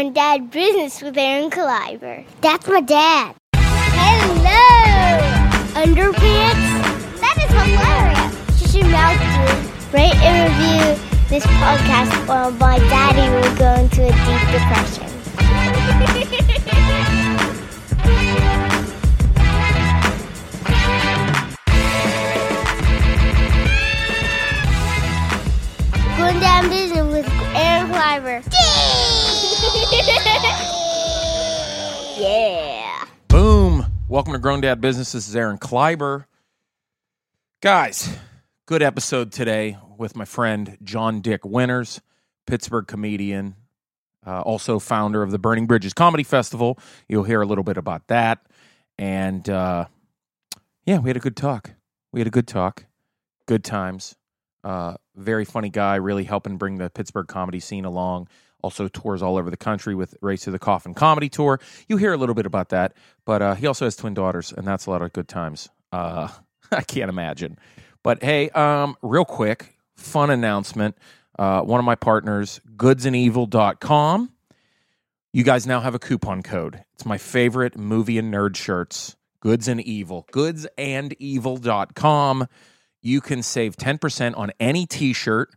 Granddad Business with Aaron Caliber. That's my dad. Hello! Underpants? That is hilarious. You should mouth to rate and review this podcast or my daddy will go into a deep depression. Going down business with Aaron Clyber. yeah. Boom. Welcome to Grown Dad Business. This is Aaron Kleiber. Guys, good episode today with my friend John Dick Winters, Pittsburgh comedian, uh, also founder of the Burning Bridges Comedy Festival. You'll hear a little bit about that. And uh, yeah, we had a good talk. We had a good talk, good times. Uh, very funny guy, really helping bring the Pittsburgh comedy scene along. Also tours all over the country with Race to the Coffin Comedy Tour. You hear a little bit about that, but uh, he also has twin daughters, and that's a lot of good times. Uh, I can't imagine. But hey, um, real quick, fun announcement. Uh, one of my partners, goodsandevil.com. You guys now have a coupon code. It's my favorite movie and nerd shirts, Goods and Evil, goodsandevil.com. You can save 10% on any t shirt.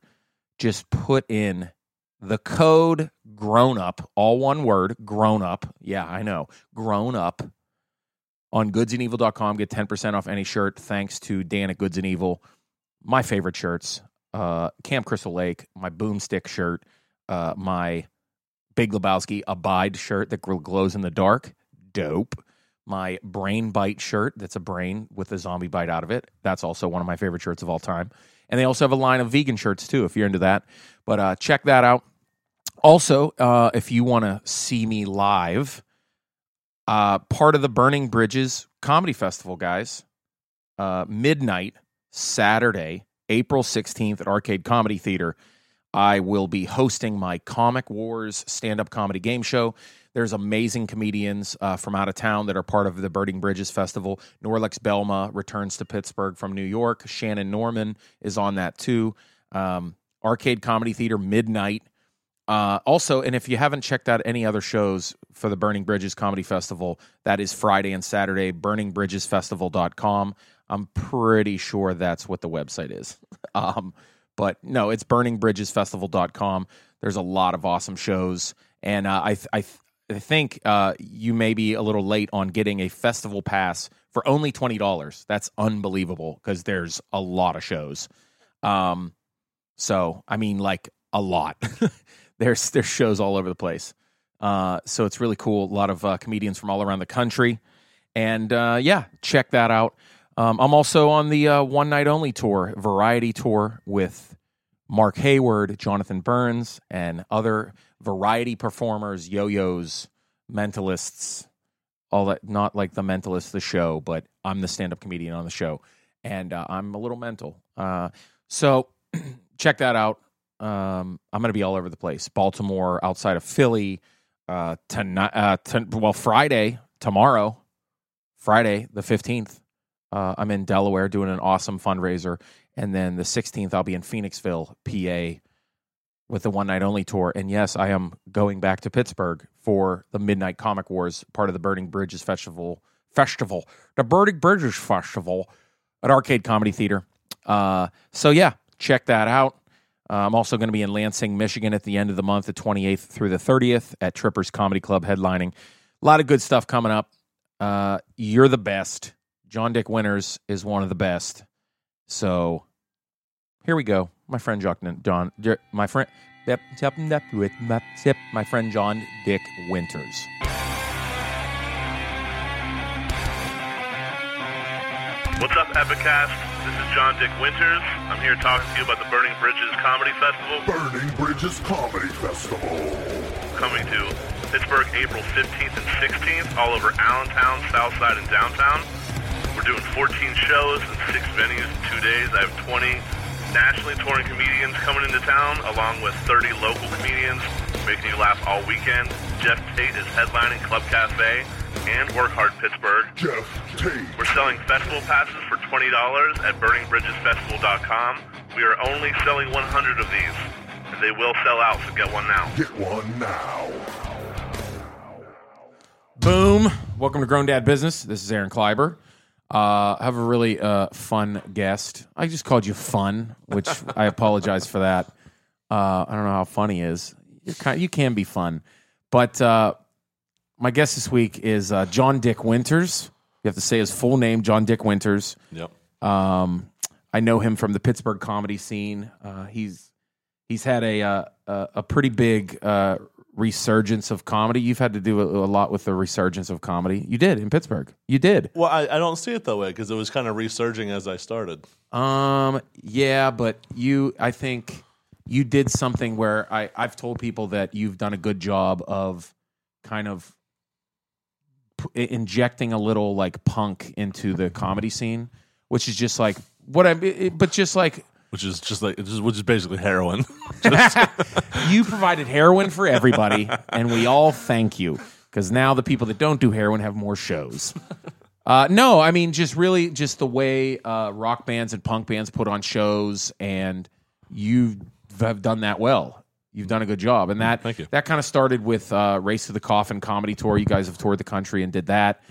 Just put in the code grown up, all one word, grown up. Yeah, I know, grown up on goodsandevil.com. Get 10% off any shirt thanks to Dan at Goods and Evil. My favorite shirts uh, Camp Crystal Lake, my boomstick shirt, uh, my Big Lebowski Abide shirt that gl- glows in the dark. Dope. My brain bite shirt that's a brain with a zombie bite out of it. That's also one of my favorite shirts of all time. And they also have a line of vegan shirts too, if you're into that. But uh, check that out. Also, uh, if you want to see me live, uh, part of the Burning Bridges Comedy Festival, guys, uh, midnight Saturday, April 16th at Arcade Comedy Theater. I will be hosting my Comic Wars stand up comedy game show. There's amazing comedians uh, from out of town that are part of the Burning Bridges Festival. Norlex Belma returns to Pittsburgh from New York. Shannon Norman is on that too. Um, Arcade Comedy Theater, midnight. Uh, also, and if you haven't checked out any other shows for the Burning Bridges Comedy Festival, that is Friday and Saturday, burningbridgesfestival.com. I'm pretty sure that's what the website is. Um, but no, it's burningbridgesfestival.com. There's a lot of awesome shows. And uh, I, th- I, th- I think uh, you may be a little late on getting a festival pass for only $20. That's unbelievable because there's a lot of shows. Um, so I mean, like a lot. there's there's shows all over the place. Uh, so it's really cool. A lot of uh, comedians from all around the country, and uh, yeah, check that out. Um, I'm also on the uh, one night only tour, variety tour with Mark Hayward, Jonathan Burns, and other variety performers, yo-yos, mentalists, all that. Not like the mentalist, the show, but I'm the stand-up comedian on the show, and uh, I'm a little mental. Uh, so check that out. Um, I'm going to be all over the place: Baltimore, outside of Philly, uh, tonight. Uh, ton- well, Friday, tomorrow, Friday the 15th. Uh, I'm in Delaware doing an awesome fundraiser, and then the 16th I'll be in Phoenixville, PA, with the one night only tour. And yes, I am going back to Pittsburgh for the Midnight Comic Wars, part of the Burning Bridges Festival. Festival, the Burning Bridges Festival at Arcade Comedy Theater. Uh, so yeah, check that out. Uh, I'm also going to be in Lansing, Michigan at the end of the month, the 28th through the 30th at Trippers Comedy Club headlining. A lot of good stuff coming up. Uh, you're the best. John Dick Winters is one of the best. So here we go. My friend Jock, John, my friend, my friend John Dick Winters. What's up, Epicast? This is John Dick Winters. I'm here talking to you about the Burning Bridges Comedy Festival Burning Bridges Comedy Festival. coming to Pittsburgh April 15th and 16th, all over Allentown, Southside, and downtown. We're doing 14 shows in six venues in two days. I have 20 nationally touring comedians coming into town, along with 30 local comedians making you laugh all weekend. Jeff Tate is headlining Club Cafe and Work Hard Pittsburgh. Jeff Tate. We're selling festival passes for $20 at burningbridgesfestival.com. We are only selling 100 of these, and they will sell out, so get one now. Get one now. Boom. Welcome to Grown Dad Business. This is Aaron Kleiber. Uh, I have a really uh, fun guest. I just called you fun, which I apologize for that. Uh, I don't know how funny is. You're kind, you can be fun. But uh, my guest this week is uh, John Dick Winters. You have to say his full name, John Dick Winters. Yep. Um, I know him from the Pittsburgh comedy scene. Uh, he's he's had a uh, a, a pretty big uh, resurgence of comedy. You've had to do a, a lot with the resurgence of comedy. You did in Pittsburgh. You did. Well, I, I don't see it that way because it was kind of resurging as I started. Um, yeah, but you, I think you did something where I, I've told people that you've done a good job of kind of p- injecting a little like punk into the comedy scene, which is just like what I, it- but just like Which is just like, just, which is basically heroin. you provided heroin for everybody, and we all thank you because now the people that don't do heroin have more shows. Uh, no, I mean just really just the way uh, rock bands and punk bands put on shows, and you have done that well. You've done a good job, and that Mm, Thank you. that kind of started with uh, Race to the Coffin comedy tour. You guys have toured the country and did that,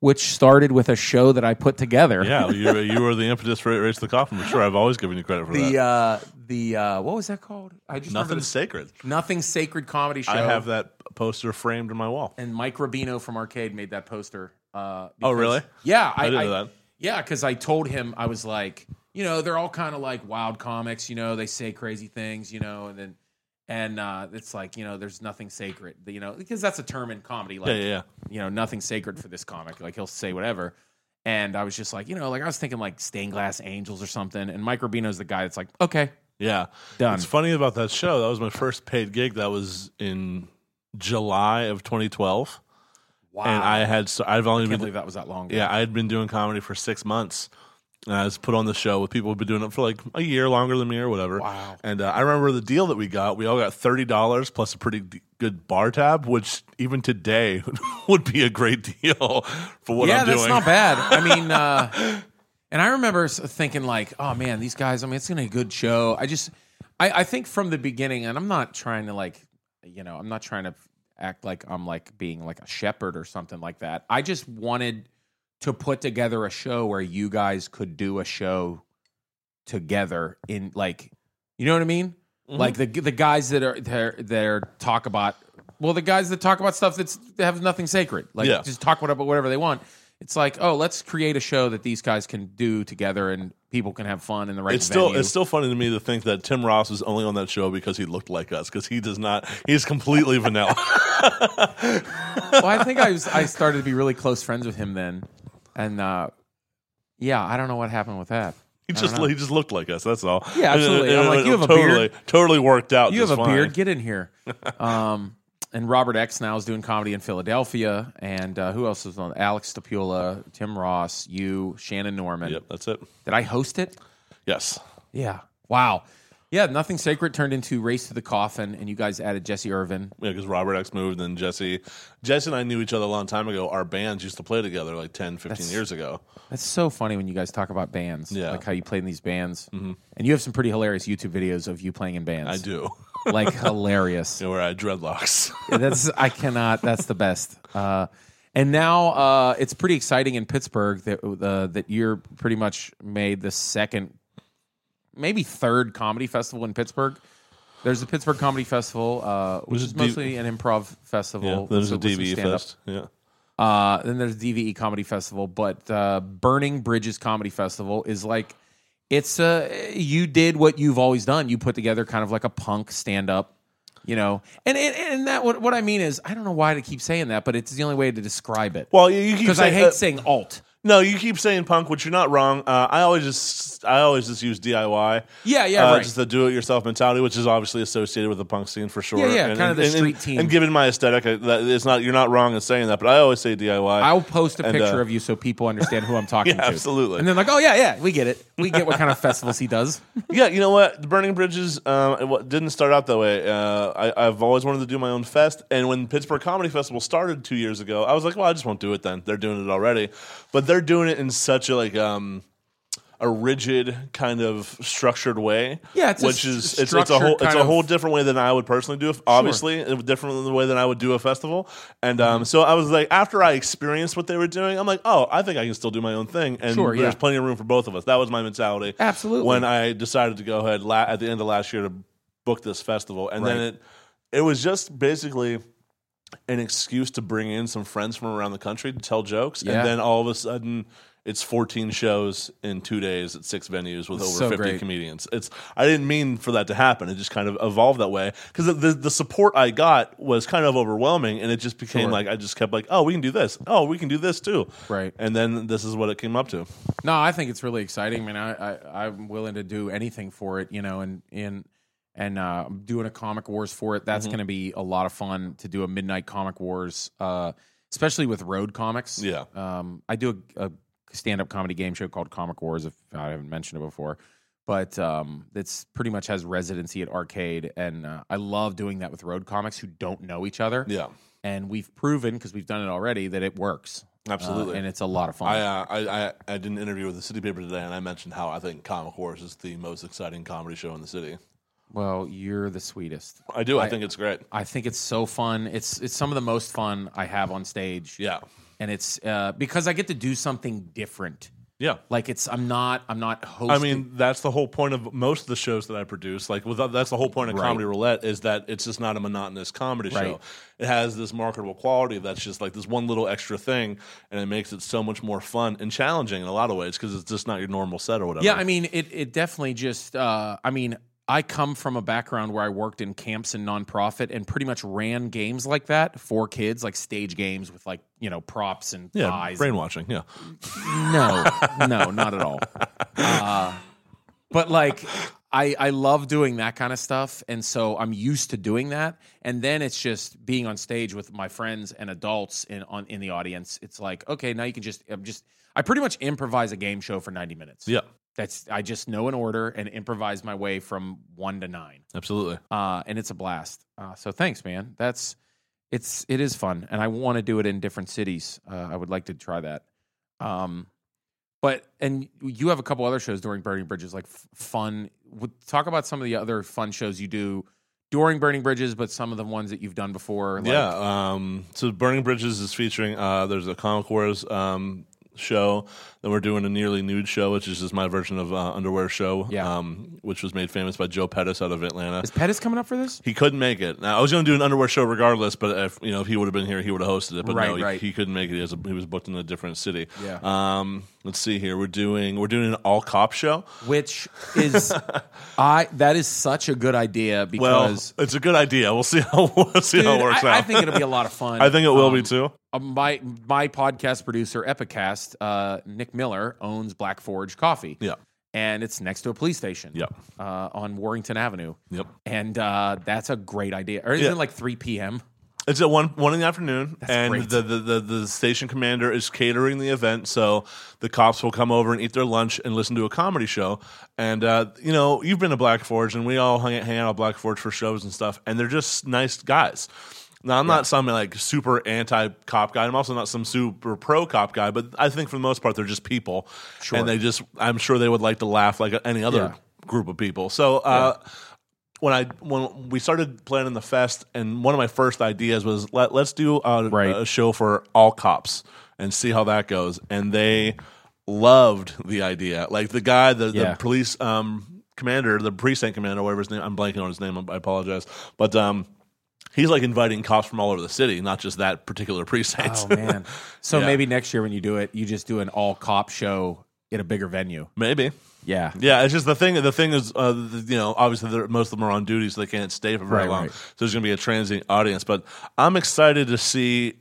which started with a show that I put together. Mm-hmm. yeah, you, you were the impetus for Race to the Coffin for sure. I've always given you credit for the that. uh, the uh, what was that called? I just remember Nothing's the- sacred. nothing sacred comedy show. I have that poster framed in my wall. and Mike Rubino from Arcade made that poster. Uh, Oh, because- really? Yeah, I didn't know that. Yeah, because I told him I was like, you know, they're all kind of like wild comics. You know, they say crazy things. You know, and then and uh, it's like you know, there's nothing sacred. You know, because that's a term in comedy. Like, Yeah, yeah, yeah. you know, nothing sacred for this comic. Like he'll say whatever. And I was just like, you know, like I was thinking like stained glass angels or something. And Mike Rubino's the guy that's like, okay, Yeah. Done. It's funny about that show. That was my first paid gig. That was in July of 2012. wow. And I had, so I've only Ah. can't been, believe that was that long. ago. yeah, I had been doing comedy for six months. And I was put on the show with people who've been doing it for like a year longer than me or whatever. Wow. And uh, I remember the deal that we got. We all got thirty dollars plus a pretty d- good bar tab, which even today would be a great deal for what yeah, I'm that's doing. not bad. I mean, uh, and I remember s- thinking like, oh man, these guys. I mean, it's gonna be a good show. I just, I, I think from the beginning, and I'm not trying to like, you know, I'm not trying to act like I'm like being like a shepherd or something like that. I just wanted to put together a show where you guys could do a show together in like, you know what I mean? Mm-hmm. Like the the guys that are they're, they're talk about. Well, the guys that talk about stuff that's that have nothing sacred, like Yeah. just just talk whatever whatever they want. It's like, oh, let's create a show that these guys can do together and people can have fun in the right It's still venue. it's still funny to me to think that Tim Ross was only on that show because he looked like us because he does not he's completely vanilla. well, I think I was I started to be really close friends with him then, and uh, yeah, I don't know what happened with that. He just he just looked like us. That's all. Yeah, And it- absolutely. and I'm it- like, it you have a totally, beard. Totally worked out. You have just a fine. beard, get in here. Um, and Robert X now is doing comedy in Philadelphia, and uh, who else is on? Alex Stapula, Tim Ross, you, Shannon Norman. Yep, that's it. Did I host it? Yes. Yeah. Wow. Yeah, Nothing Sacred turned into Race to the Coffin, and you guys added Jesse Irvin. Yeah, because Robert X moved, and Jesse, Jesse and I knew each other a long time ago. Our bands used to play together like 10, 15 That's- years ago. That's so funny when you guys talk about bands. Yeah. Mm-hmm. Like how you played in these bands. And you have some pretty hilarious YouTube videos of you playing in bands. I do. Like hilarious. You know, where I had dreadlocks. that's I cannot. That's the best. Uh, and now uh, it's pretty exciting in Pittsburgh that uh, that you're pretty much made the second, maybe third comedy festival in Pittsburgh. There's the Pittsburgh Comedy Festival, uh, which is There's a D- mostly an improv festival. yeah, there's a with some DVE stand-up. fest. Yeah. Uh, then there's DVE Comedy Festival, but uh, Burning Bridges Comedy Festival is like it's uh you did what you've always done. You put together kind of like a punk stand up, you know. And and, and that what, what I mean is I don't know why I keep saying that, but it's the only way to describe it. Well, you, you keep because I saying, hate uh, saying alt. no, you keep saying punk, which you're not wrong. Uh, I always just I always just use DIY. Yeah, yeah, uh, right. Just the do-it-yourself mentality, which is obviously associated with the punk scene for sure. Yeah, yeah, and, kinda and- the and- and- street team. And given my aesthetic, I, that, it's not you're not wrong in saying that, but I always say DIY. I'll post a And, picture uh, of you so people understand who I'm talking Yeah, to. absolutely. And then like, oh yeah, yeah, we get it. We get what kind of festivals he does. Yeah, you know what? The Burning Bridges um, it wa- didn't start out that way. Uh, I, I've always wanted to do my own fest, and when Pittsburgh Comedy Festival started two years ago, I was like, "Well, I just won't do it then." They're doing it already, but they're doing it in such a like um, a rigid kind of structured way. Yeah, it's a s- which is it's, it's a structured whole it's kind a of- whole different way than I would personally do. If, obviously, it was different than the way than I would do a festival. And um, so I was like, after I experienced what they were doing, I'm like, oh, I think I can still do my own thing. And Sure, there's yeah. plenty of room for both of us. That was my mentality. Absolutely. When I decided to go ahead la- at the end of last year to book this festival, and then Right. it it was just basically an excuse to bring in some friends from around the country to tell jokes, Yeah. and then all of a sudden. It's 14 shows in two days at six venues with That's over so 50 great. comedians. It's I didn't mean for that to happen. It just kind of evolved that way because the, the the support I got was kind of overwhelming, and it just became Sure. like I just kept like, oh, we can do this. Oh, we can do this too. Right. And then this is what it came up to. No, I think it's really exciting. I mean, I, I I'm willing to do anything for it, you know, and and and uh, I'm doing a comic wars for it. Mm-hmm. That's going to be a lot of fun to do a midnight comic wars, uh, especially with road comics. Yeah. um, I do a, a stand up comedy game show called Comic Wars. If I haven't mentioned it before. But um, it's pretty much has residency at arcade, and uh, I love doing that with road comics who don't know each other. Yeah. and we've proven because we've done it already that it works Uh, Absolutely. and it's a lot of fun. I, uh, I I I did an interview with the City Paper today, and I mentioned how I think Comic Horse is the most exciting comedy show in the city. Well, you're the sweetest. I do. I think it's great. I think it's so fun. It's it's some of the most fun I have on stage. Yeah. and it's uh, because I get to do something different. Yeah. Like it's I'm not I'm not hosting. I mean, that's the whole point of most of the shows that I produce. Like, with, that's the whole point of Right. Comedy Roulette is that it's just not a monotonous comedy Right. show. It has this marketable quality that's just like this one little extra thing, and it makes it so much more fun and challenging in a lot of ways because it's just not your normal set or whatever. yeah, I mean it it definitely just uh, I mean I come from a background where I worked in camps and nonprofit and pretty much ran games like that for kids, like stage games with like you know props and yeah, pies and brainwashing. Yeah, No, no, not at all. Uh, but like, I I love doing that kind of stuff, and so I'm used to doing that. And then it's just being on stage with my friends and adults in on in the audience. It's like, okay, now you can just I'm just I pretty much improvise a game show for 90 minutes. yeah, that's I just know an order and improvise my way from one to nine absolutely. uh, and it's a blast. Uh, so thanks, man. That's it's it is fun, and I want to do it in different cities. Uh, I would like to try that. Um, but and you have a couple other shows during Burning Bridges, like f- fun. Would talk about some of the other fun shows you do during Burning Bridges, but some of the ones that you've done before. Like, yeah. Um, so Burning Bridges is featuring. Uh, there's a Comic Wars um, show. Then we're doing a nearly nude show, which is just my version of uh, underwear show. Yeah. Um, which was made famous by Joe Pettis out of Atlanta. is Pettis coming up for this? He couldn't make it. Now I was going to do an underwear show regardless, but if you know if he would have been here, he would have hosted it. But Right, no, he, right. he couldn't make it. He was, he was booked in a different city. Yeah. Um. Let's see here. We're doing we're doing an all cop show. Which is I that is such a good idea Well, because it's a good idea. We'll see how we'll see how it Dude, works I, out. I think it'll be a lot of fun. I think it will Um, be too. Uh, my my podcast producer Epicast, uh, Nick Miller owns Black Forge Coffee. Yeah. and it's next to a police station. Yep. uh, on Warrington Avenue. Yep. and uh, that's a great idea. Or isn't Yeah. it like three p.m.? It's at one one in the afternoon, great. and the, the, the the station commander is catering the event, so the cops will come over and eat their lunch and listen to a comedy show. And uh, you know, you've been to Black Forge, and we all hung, hang out at Black Forge for shows and stuff, and they're just nice guys. Now, I'm not some like super anti cop guy. I'm also not some super pro cop guy, but I think for the most part they're just people, Sure. and they just I'm sure they would like to laugh like any other Yeah. group of people. So. Uh, when I when we started planning the fest, and one of my first ideas was let let's do a, Right. a show for all cops and see how that goes. And they loved the idea. Like the guy, the, Yeah. the police um, commander, the precinct commander, whatever his name. I'm blanking on his name. I apologize, but um, he's like inviting cops from all over the city, not just that particular precinct. Oh man! So Yeah. maybe next year when you do it, you just do an all cop show at a bigger venue. Maybe. Yeah, Yeah, it's just the thing. The thing is, uh, the, you know, obviously they're, most of them are on duty, so they can't stay for very Right, long. right. So there's going to be a transient audience. But I'm excited to see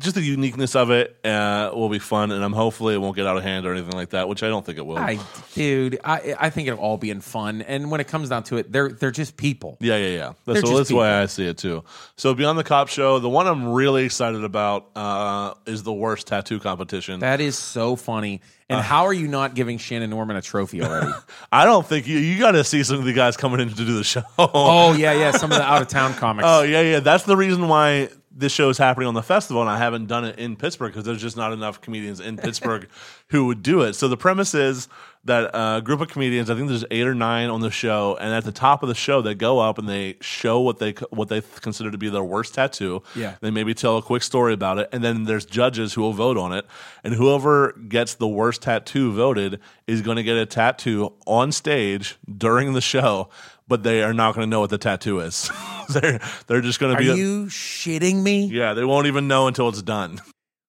just the uniqueness of it. Uh, will be fun, and I'm hopefully it won't get out of hand or anything like that, which I don't think it will. I dude, I I think it'll all be in fun. And when it comes down to it, they're they're just people. yeah, yeah, yeah. They're That's, so just that's why I see it too. So beyond the cop show, the one I'm really excited about uh, is the worst tattoo competition. That is so funny. Uh. And how are you not giving Shannon Norman a trophy already? I don't think you you got to see some of the guys coming in to do the show. oh yeah, yeah. Some of the out of town comics. Oh yeah, yeah. That's the reason why this show is happening on the festival and I haven't done it in Pittsburgh because there's just not enough comedians in Pittsburgh who would do it. So the premise is that a group of comedians, I think there's eight or nine on the show, and at the top of the show they go up and they show what they what they consider to be their worst tattoo. Yeah. They maybe tell a quick story about it, and then there's judges who will vote on it, and whoever gets the worst tattoo voted is going to get a tattoo on stage during the show. But they are not going to know what the tattoo is. they're they're just going to Are be you shitting me? yeah, they won't even know until it's done.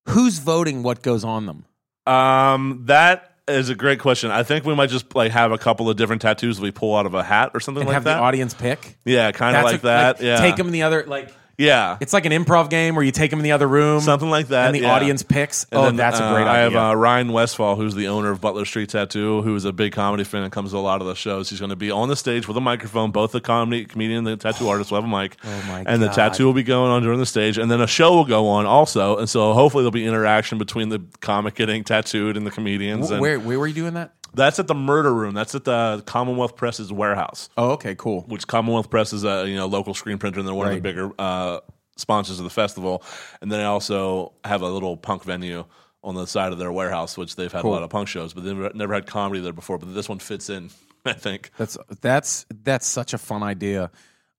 Who's voting what goes on them? Um, that is a great question. I think we might just like have a couple of different tattoos we pull out of a hat or something And like have that. the audience pick? yeah, kind of That's like a- that. yeah, Take them in the other, like, Yeah, it's like an improv game where you take them in the other room. something like that. And the yeah. audience picks. And oh, then, that's a great uh, idea. I have uh, Ryan Westfall, who's the owner of Butler Street Tattoo, who is a big comedy fan and comes to a lot of the shows. He's going to be on the stage with a microphone. Both the comedy comedian and the tattoo artist will have a mic. Oh, my and the God. tattoo will be going on during the stage, and then a show will go on also. And so hopefully there'll be interaction between the comic getting tattooed and the comedians. Wh- and where, where were you doing that? That's at the Murder Room. That's at the Commonwealth Press's warehouse, Oh, okay, cool. which Commonwealth Press is a you know local screen printer, and they're one of Right. the bigger uh, sponsors of the festival. And then I also have a little punk venue on the side of their warehouse, which they've had Cool. a lot of punk shows, but they've never- never had comedy there before. But this one fits in, I think. That's that's that's such a fun idea.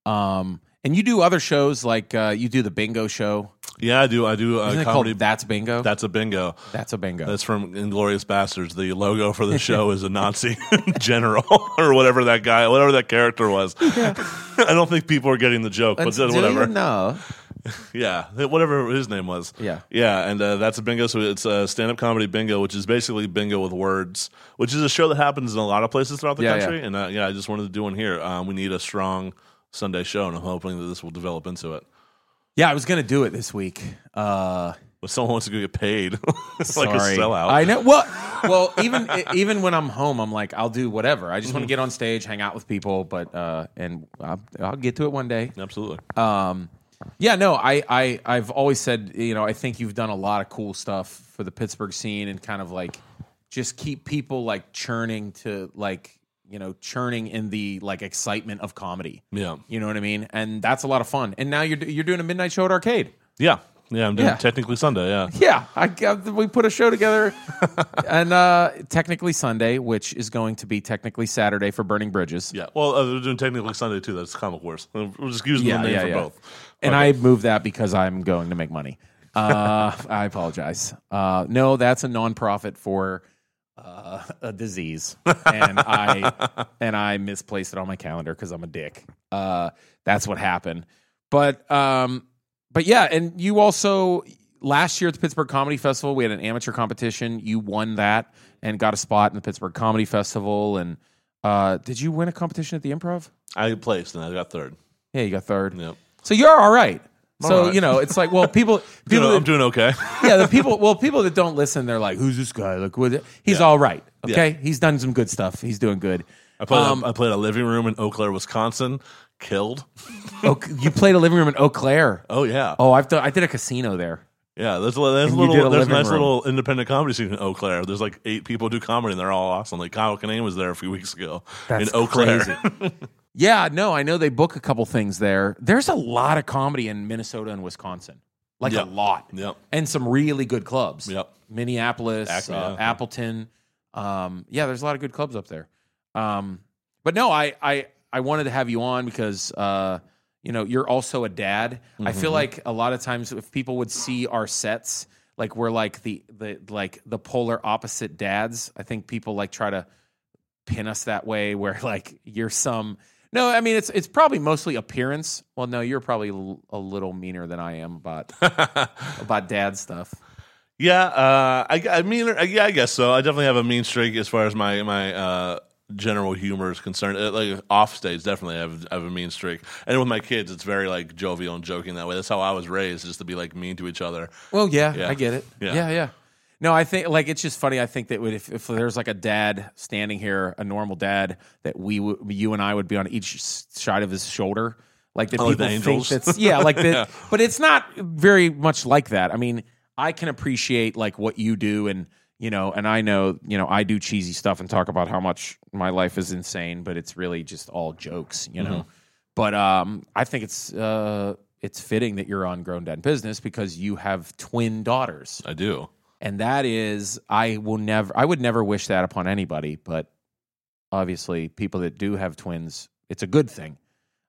Um, and you do other shows like uh, you do the bingo show. Yeah, I do. I do Isn't uh, it called comedy. That's Bingo? That's a bingo. that's a bingo. That's from Inglorious Bastards. The logo for the show is a Nazi general or whatever that guy, whatever that character was. I don't think people are getting the joke, but do you whatever. know? Yeah, whatever his name was. Yeah. yeah, and uh, that's a bingo. So it's a stand-up comedy bingo, which is basically bingo with words, which is a show that happens in a lot of places throughout the Yeah, country. yeah. And uh, yeah, I just wanted to do one here. Um, we need a strong Sunday show, and I'm hoping that this will develop into it. Yeah, I was gonna do it this week. Uh, But someone wants to go get paid. it's like sorry. a sellout. I know. Well, well, even e, even when I'm home, I'm like, I'll do whatever. I just Mhm. want to get on stage, hang out with people, but uh, and I'll, I'll get to it one day. Absolutely. Um, yeah, no, I, I, I've always said, you know, I think you've done a lot of cool stuff for the Pittsburgh scene and kind of like just keep people like churning to like, you know, churning in the like excitement of comedy. Yeah. You know what I mean? And that's a lot of fun. And now you're, do- you're doing a midnight show at Arcade. Yeah. Yeah. I'm doing Yeah. technically Sunday. Yeah. Yeah, I, I, we put a show together, and uh, technically Sunday, which is going to be technically Saturday for Burning Bridges. Yeah. Well, uh, we're doing technically Sunday too. That's comic worse. Uh, We'll just use the name for both. And I moved that because I'm going to make money. Uh, I apologize. Uh, no, that's a nonprofit for uh, a disease, and I and I misplaced it on my calendar because I'm a dick. Uh, that's what happened. But um, but yeah, and you also last year at the Pittsburgh Comedy Festival, we had an amateur competition. You won that and got a spot in the Pittsburgh Comedy Festival. And uh, did you win a competition at the Improv? I placed and I got third. Yeah, you got third. Yep. So you're all right. so right. you know, it's like well, people, You people, know, I'm that- doing okay. yeah, the people, well, people that don't listen, they're like, who's this guy? Like, what? He's all right. Okay, he's done some good stuff. He's doing good. I played, Um, I played a living room in Eau Claire, Wisconsin. Killed. Oak- you played a living room in Eau Claire. Oh yeah, Oh, I've done, I did a casino there. yeah. There's a, there's a And you did a little there's a living nice room. little independent comedy scene in Eau Claire. There's like eight people who do comedy, and they're all awesome. Like Kyle Kinane was there a few weeks ago in Eau Claire. crazy. yeah, no, I know they book a couple things there. There's a lot of comedy in Minnesota and Wisconsin, like Yep. a lot. Yep. and some really good clubs. Yep. Minneapolis, Acme, uh, yeah. Appleton. Um, yeah, there's a lot of good clubs up there. Um, but no, I, I I wanted to have you on because uh, you know you're also a dad. I Mm-hmm. feel like a lot of times if people would see our sets, like we're like the the like the polar opposite dads. I think people like try to pin us that way where like you're some no i mean it's it's probably mostly appearance well no you're probably l- a little meaner than i am about about dad stuff Yeah, uh, I, I mean, I, yeah, I guess so. I definitely have a mean streak as far as my my uh, general humor is concerned. Uh, like off stage, definitely I have, I have a mean streak. And with my kids, it's very like jovial and joking that way. That's how I was raised, just to be like mean to each other. well yeah, Yeah. i get it Yeah. yeah yeah no i think like it's just funny i think that would- if, if there's like a dad standing here a normal dad that we would you and i would be on each s- side of his shoulder like that Oh, like people the think angels? that's yeah like that Yeah. but it's not very much like that i mean i can appreciate like what you do and you know and i know you know i do cheesy stuff and talk about how much my life is Mm-hmm. insane but it's really just all jokes you know but um i think it's uh it's fitting that you're on Grown Dad Business because you have twin daughters. I do. And that is, I will never, I would never wish that upon anybody, but obviously people that do have twins, it's a good thing.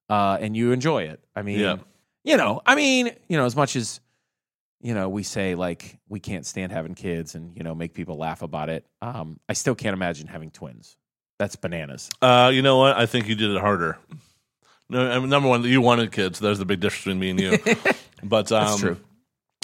Uh, and you enjoy it. I mean, Yeah. you know, I mean, you know, as much as, you know, we say like we can't stand having kids and, you know, make people laugh about it. Um, I still can't imagine having twins. That's bananas. Uh, you know what? I think you did it harder. No, I mean, number one, you wanted kids. There's the big difference between me and you. but um, That's true.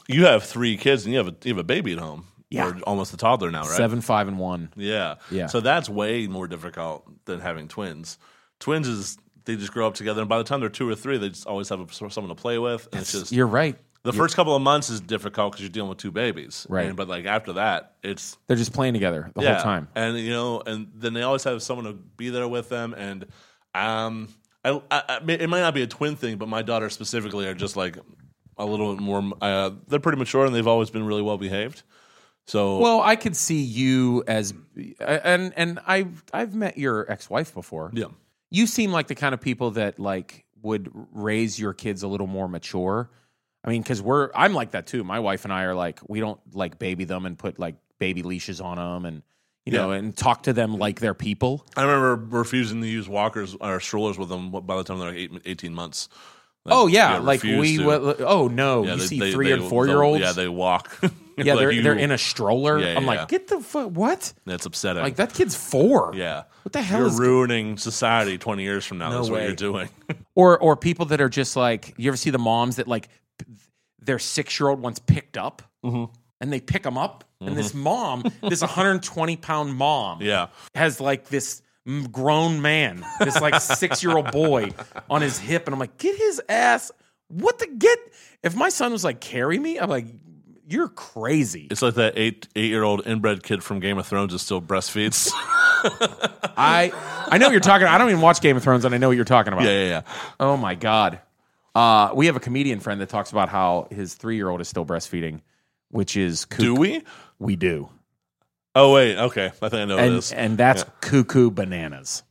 You have three kids, and you have a you have a baby at home. Yeah. or almost a toddler now, right? Seven, five, and one. Yeah, Yeah. So that's way more difficult than having twins. Twins is they just grow up together, and by the time they're two or three, they just always have a, someone to play with. And it's just You're right. the first couple of months is difficult because you're dealing with two babies, Right. And, but like after that, it's They're just playing together the whole time. and you know, and then they always have someone to be there with them. And um, I, I, I it might not be a twin thing, but my daughters specifically are just like a little bit more. Uh, they're pretty mature, and they've always been really well behaved. So Well, I could see you as, and and I've I've met your ex wife before. yeah, You seem like the kind of people that like would raise your kids a little more mature. I mean, because we're I'm like that too. My wife and I are like we don't like baby them and put like baby leashes on them and you know Yeah. and talk to them like they're people. I remember refusing to use walkers or strollers with them by the time they're like eight, 18 months. oh yeah, like refuse we. to. will oh no, Yeah, you they- see they- three they- and four year olds. Yeah, they walk. yeah, Like, they're you- they're in a stroller. Yeah, I'm yeah. like, get the fu- what? That's upsetting. Like that kid's four. Yeah. What the hell You're is- ruining society 20 years from now. No That's what way. you're doing. or or people that are just like you ever see the moms that like p- their six year old once picked up and they pick them up and this mom this 120 pound mom yeah. has like this m- grown man this like six year old boy on his hip and i'm like get his ass what the get if my son was like carry me i'm like you're crazy It's like that eight eight year old inbred kid from Game of Thrones is still breastfeeds. i i know what you're talking i don't even watch game of thrones and i know what you're talking about yeah, yeah, yeah. Oh my God. Uh, we have a comedian friend that talks about how his three year old is still breastfeeding, which is Do cuckoo. we? We do. Oh wait, okay. I think I know what it And, is. and that's cuckoo bananas.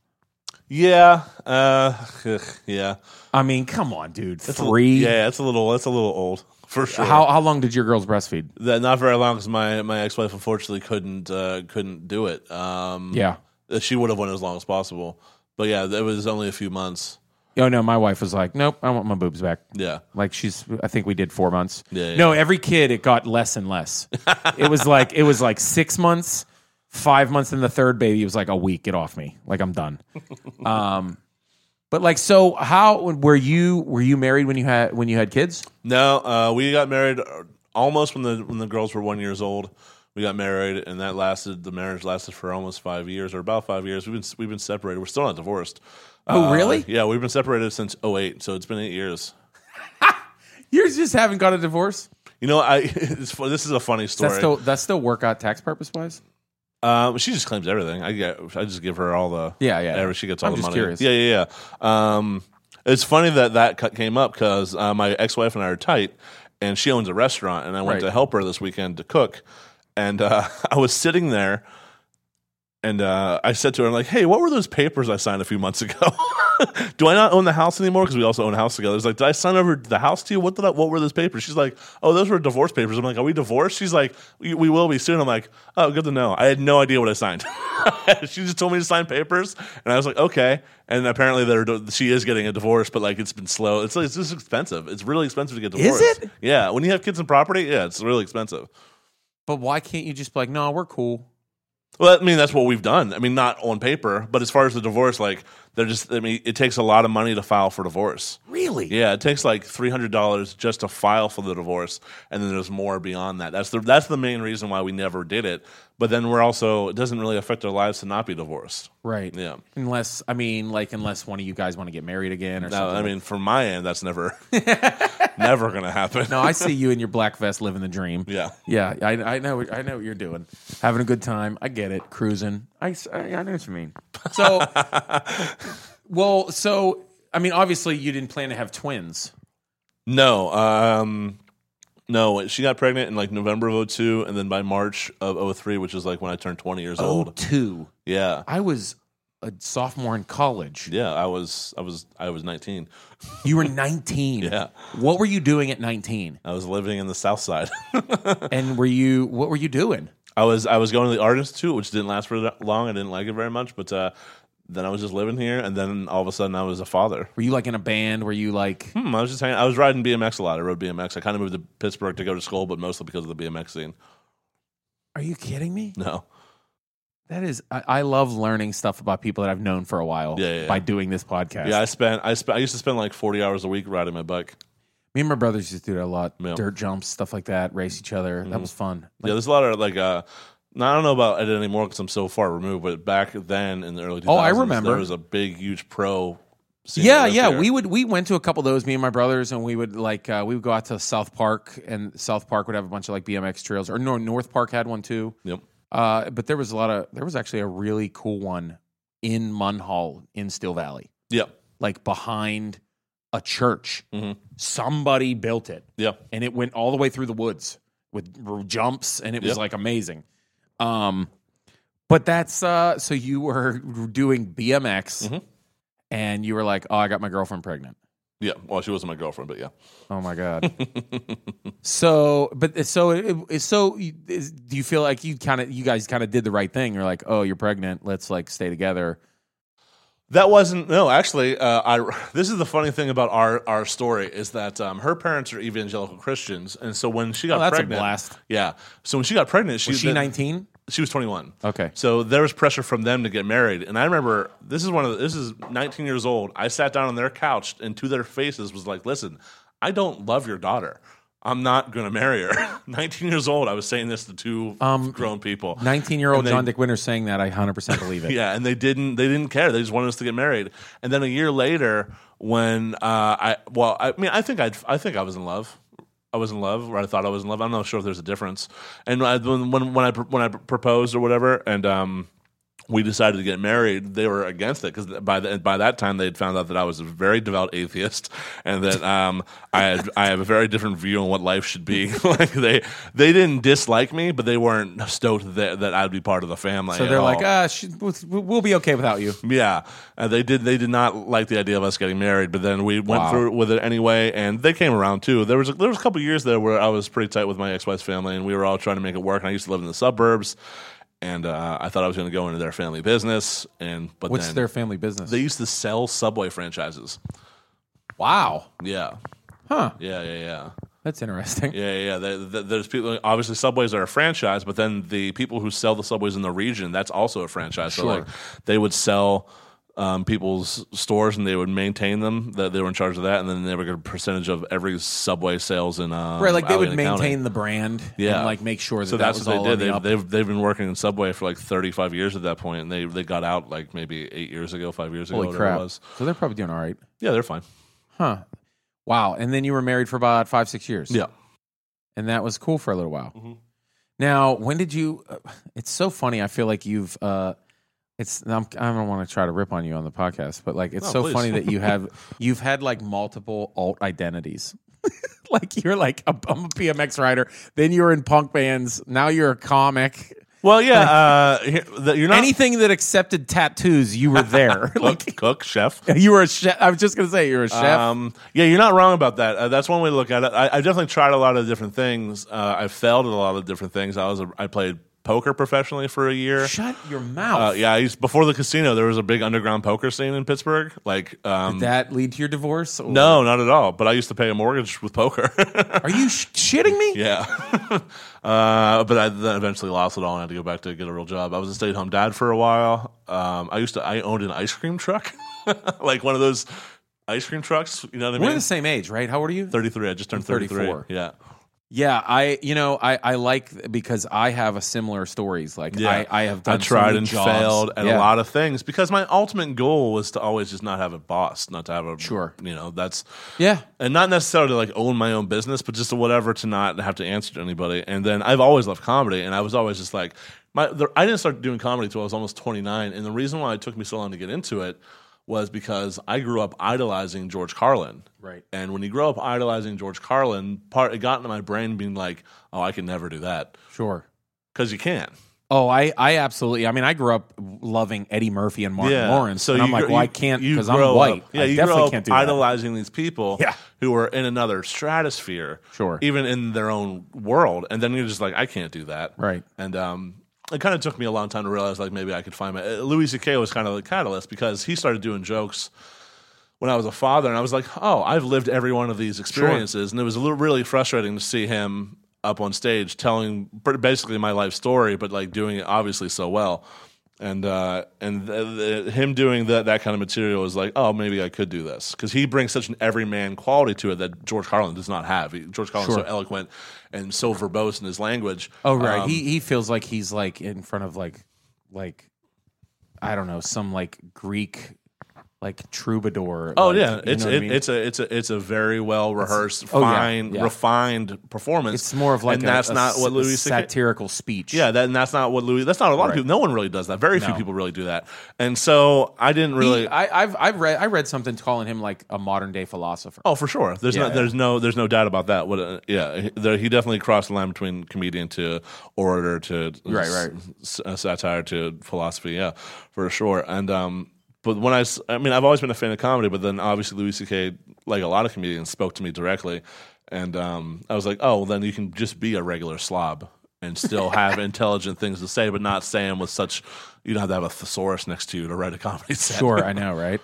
yeah, uh, ugh, yeah. I mean, come on, dude. It's a li- Three? yeah, that's a little. That's a little old for sure. How, how long did your girls breastfeed? That not very long because my my ex wife unfortunately couldn't uh, couldn't do it. Um, Yeah. she would have went as long as possible, but yeah, it was only a few months. Oh, no. My wife was like, nope, I want my boobs back. Yeah, Like she's, I think we did four months. Yeah, yeah. No, every kid it got less and less. it was like it was like six months, five months, and the third baby was like a week. Get off me! Like I'm done. um, but like, so how were you? Were you married when you had when you had kids? No, uh, we got married uh, almost when the when the girls were one years old. We got married, and that lasted. The marriage lasted for almost five years, or about five years. We've been we've been separated. We're still not divorced. Uh, Oh, really? Yeah, we've been separated since 08, so it's been eight years. You just haven't got a divorce. You know, I it's, fu- this is a funny That's story. still that's still workout tax purpose wise. um, she just claims everything. I get, I just give her all the Yeah, yeah. every- She gets all I'm the just money. curious. Yeah, yeah, yeah. Um, it's funny that that cut came up because uh, my ex wife and I are tight, and she owns a restaurant, and I went Right. to help her this weekend to cook, and uh, I was sitting there, and uh, I said to her, "I'm like, hey, what were those papers I signed a few months ago? Do I not own the house anymore? Because we also own a house together." It's like, did I sign over the house to you? What did I, what were those papers? She's like, "Oh, those were divorce papers." I'm like, "Are we divorced?" She's like, "We, we will be soon." I'm like, "Oh, good to know." I had no idea what I signed. she just told me to sign papers, and I was like, "Okay." And apparently, they're, she is getting a divorce, but like it's been slow. It's like, it's just expensive. It's really expensive to get divorced. it? Yeah, when you have kids and property, yeah, it's really expensive. But why can't you just be like, no, we're cool? Well, I mean, that's what we've done. I mean, not on paper, but as far as the divorce, like they're just. I mean, it takes a lot of money to file for divorce. Really? Yeah, it takes like three hundred dollars just to file for the divorce, and then there's more beyond that. That's the that's the main reason why we never did it. But then we're also it doesn't really affect our lives to not be divorced. Right. Yeah. Unless I mean, like, unless one of you guys want to get married again or No, something. I mean, from my end, that's never never gonna happen. no, I see you in your black vest living the dream. Yeah. Yeah, I, I know. I know what you're doing. Having a good time. I get it. Cruising. I, s- I- I know what you mean. So, well, so I mean, obviously, you didn't plan to have twins. No, um, no. She got pregnant in like November of 02, Oh, and then by March of 03, which is like when I turned twenty years old. two. Yeah. I was a sophomore in college. Yeah, I was I was I was 19. You were 19. Yeah. What were you doing at 19? I was living in the South Side. And were you what were you doing? I was I was going to the Art Institute, which didn't last for that long. I didn't like it very much, but uh, then I was just living here, and then all of a sudden I was a father. Were you like in a band? Were you like Hmm, I was just hanging. I was riding BMX a lot. I rode BMX. I kind of moved to Pittsburgh to go to school, but mostly because of the BMX scene. Are you kidding me? No, That is I, I love learning stuff about people that I've known for a while Yeah, yeah, yeah. by doing this podcast. yeah, I spent I spent I used to spend like 40 hours a week riding my bike. Me and my brothers used to do that a lot. Yeah. Mm-hmm. Dirt jumps, stuff like that, race each other. That was fun. yeah, there's a lot of like. Uh, now, I don't know about it anymore because I'm so far removed. But back then, in the early 2000s, Oh, I remember. there was a big, huge pro. Scene that Yeah, lived yeah, here. we would we went to a couple of those, me and my brothers, and we would like uh, we would go out to South Park, and South Park would have a bunch of like BMX trails, or no, North Park had one too. Yep. Uh, but there was a lot of there was actually a really cool one in Munhall in Still Valley, Yep. like behind a church. Mhm. Somebody built it, Yep. and it went all the way through the woods with r- jumps, and it was Yep. like amazing. Um, but that's uh, so you were doing BMX, Mhm. and you were like, "Oh, I got my girlfriend pregnant." Yeah. Well, she wasn't my girlfriend, but yeah. Oh my god. so, but uh, so it, it- so you- is, do you feel like you kind of you guys kind of did the right thing? You're like, "Oh, you're pregnant. Let's like stay together." That wasn't no. Actually, uh, I this is the funny thing about our our story is that um, her parents are evangelical Christians, and so when she got Oh, that's a pregnant, blast. yeah. So when she got pregnant, she Was she then- 19? She was twenty one. Okay. So there was pressure from them to get married, and I remember this is one of the, this is nineteen years old. I sat down on their couch and to their faces was like, "Listen, I don't love your daughter. I'm not going to marry her." nineteen years old, I was saying this to two Um, grown people. 19-year-old And they- John Dick Winter saying that I 100% believe it. yeah, and they didn't. They didn't care. They just wanted us to get married. And then a year later, when uh, I well, I mean, I think I I think I was in love. I was in love, or I thought I was in love. I'm not sure if there's a difference. And I, when when when I pr- when I pr- proposed or whatever, and um, we decided to get married, they were against it because by the, by that time they'd found out that I was a very devout atheist and that um, I had, I have a very different view on what life should be. like they they didn't dislike me, but they weren't stoked that, that I'd be part of the family. So at they're like, all. "Ah, she, we'll- we'll be okay without you." Yeah, uh, they did. They did not like the idea of us getting married, but then we went Wow. through it with it anyway, and they came around too. There was a, there was a couple years there where I was pretty tight with my ex wife's family, and we were all trying to make it work. And I used to live in the suburbs, and uh, I thought I was going to go into their family business, and but What's then their family business? they used to sell Subway franchises. wow. Yeah, Huh. yeah, yeah, yeah. That's interesting. Yeah, yeah. yeah. There- there- there's people. Obviously, Subways are a franchise, but then the people who sell the Subways in the region, that's also a franchise. So, Sure. like, they would sell um, people's stores and they would maintain them. That they were in charge of that, and then they would get a percentage of every Subway sales in. Um, Right, like they would Allegheny maintain County. the brand Yeah. and like make sure that So that that's was what all they on did. the They've, up. they've they've been working in Subway for like 35 years at that point, and they they got out like maybe eight years ago, five years ago. Holy whatever crap. It was. So they're probably doing all right. Yeah, they're fine. Huh. Wow. And then you were married for about 5 6 years. Yeah. and that was cool for a little while. Mm-hmm. Now, when did you? Uh, it's so funny. I feel like you've. Uh, it's. I'm, I don't want to try to rip on you on the podcast, but like, it's No, so please. funny that you have you've had like multiple alt identities. like you're like a, I'm a BMX rider. Then you're in punk bands. Now you're a comic. Well, yeah. uh, here- the- you're not Anything that accepted tattoos, you were there. cook, like cook chef. you were a chef. I was just gonna say you're a chef. Um, yeah, you're not wrong about that. Uh, that's one way to look at it. I, I definitely tried a lot of different things. Uh, I failed at a lot of different things. I was a, I played poker professionally for a year. Shut your mouth. Uh, yeah, I used, before the casino, there was a big underground poker scene in Pittsburgh. Like, um, Did that lead to your divorce? Or- no, not at all. But I used to pay a mortgage with poker. Are you sh- shitting me? yeah, uh, but I then eventually lost it all and had to go back to get a real job. I was a stay at home dad for a while. Um, I used to I owned an ice cream truck, like one of those ice cream trucks. You know what I We're mean? the same age, right? How old are you? 33. I just turned 33. 34. Yeah. Yeah, I you know I I like because I have a similar stories. Like Yeah. I I have done I so tried many and jobs. failed at Yeah. a lot of things because my ultimate goal was to always just not have a boss, not to have a Sure. you know, that's Yeah, and not necessarily to like own my own business, but just to whatever to not have to answer to anybody. And then I've always loved comedy, and I was always just like my. The, I didn't start doing comedy till I was almost twenty nine, and the reason why it took me so long to get into it was because I grew up idolizing George Carlin. Right. And when you grow up idolizing George Carlin, part it got into my brain being like, oh, I can never do that sure. because you can. Oh, I, I absolutely. I mean, I grew up loving Eddie Murphy and Martin yeah. Lawrence. So and I'm you like, gr- well, I you- can't you because I'm grow white. up- yeah, I you definitely grow up can't do that. idolizing these people Yeah. who are in another stratosphere, Sure. even in their own world, and then you're just like, I can't do that, Right. And um, it kind of took me a long time to realize like maybe I could find my uh, Louis C.K. was kind of the catalyst because he started doing jokes. When I was a father, and I was like, "Oh, I've lived every one of these experiences," and it was a little really frustrating to see him up on stage telling pr- basically my life story, but like doing it obviously so well and uh, and th- th- him doing that that kind of material is like, oh, maybe I could do this because he brings such an everyman quality to it that George Carlin does not have. He, George Carlin's Sure. so eloquent and so verbose in his language. Oh right, Um, he he feels like he's like in front of like like I don't know some like Greek like troubadour. Oh like, you yeah, know it's what I it, mean? it's a it's a it's a very well rehearsed, oh, yeah, fine, yeah. refined performance. it's more of like and a- that's a not s- what Louis C.K. satirical speech. Yeah, that, and that's not what Louis. That's not a lot Right. of people. No one really does that. Very few No. people really do that. And so I didn't He- really. I, I've I've read I read something calling him like a modern day philosopher. Oh, for sure. There's Yeah. no, there's no, there's no doubt about that. What, uh, yeah, he, there, he definitely crossed the line between comedian to orator to Right, s- right. s- uh, satire to philosophy. Yeah, for sure. And um, but when I, s- I mean, I've always been a fan of comedy, but then obviously Louis C.K. like a lot of comedians spoke to me directly, and um, I was like, oh, well, then you can just be a regular slob. And still have intelligent things to say, but not say them with such. You don't have to have a thesaurus next to you to write a comedy set. Sure, I know, right?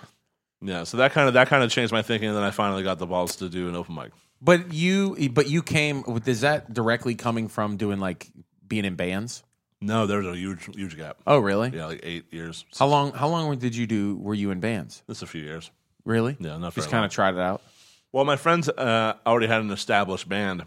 Yeah, so that kind of that kind of changed my thinking, and then I finally got the balls to do an open mic. But you but you came. Is that directly coming from doing like being in bands? No, there's a huge huge gap. Oh really? Yeah, like eight years. How long? How long did you do? Were you in bands? That's a few years. Really? Yeah, not Just very kind long. of tried it out. Well, my friends uh, already had an established band.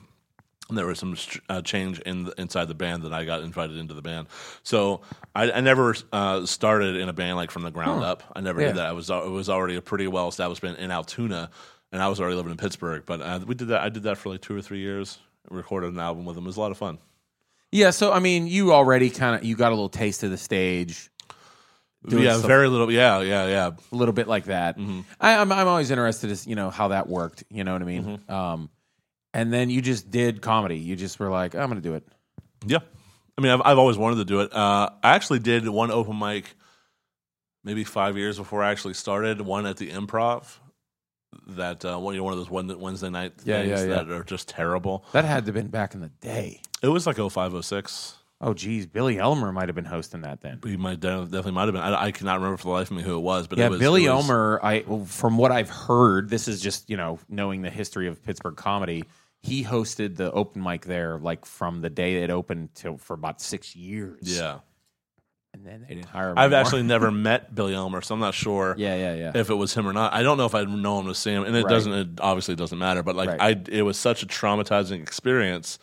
And there was some st- uh, change in the, inside the band that I got invited into the band. So I, I never uh, started in a band like from the ground up. I never Yeah. did that. I was al- it was already a pretty well established band in Altoona, and I was already living in Pittsburgh. But uh, we did that. I did that for like two or three years. Recorded an album with them. It was a lot of fun. Yeah, so I mean, you already kind of you got a little taste of the stage. Doing yeah, stuff very little. Yeah, yeah, yeah. a little bit like that. Mm-hmm. I, I'm I'm always interested as you know how that worked. You know what I mean? Mm-hmm. Um, and then you just did comedy. You just were like, I'm gonna do it. Yeah. I mean, I've, I've always wanted to do it. Uh, I actually did one open mic maybe five years before I actually started, one at the improv. That uh, one, you know, one of those Wed- Wednesday night Yeah, things yeah, yeah. that are just terrible. That had to have been back in the day. It was like 0506. Oh, geez, Billy Elmer might have been hosting that then. He might de- definitely might have been. I, I cannot remember for the life of me who it was, but yeah, it was, Billy it was- Elmer. I from what I've heard, this is just you know knowing the history of Pittsburgh comedy. He hosted the open mic there, like from the day it opened to for about six years. Yeah, and then they didn't hire. Him I've anymore. actually never met Billy Elmer, so I'm not sure. Yeah, yeah, yeah. if it was him or not. I don't know if I'd know him to see him, and it Right. doesn't. It obviously doesn't matter. But like, Right. I it was such a traumatizing experience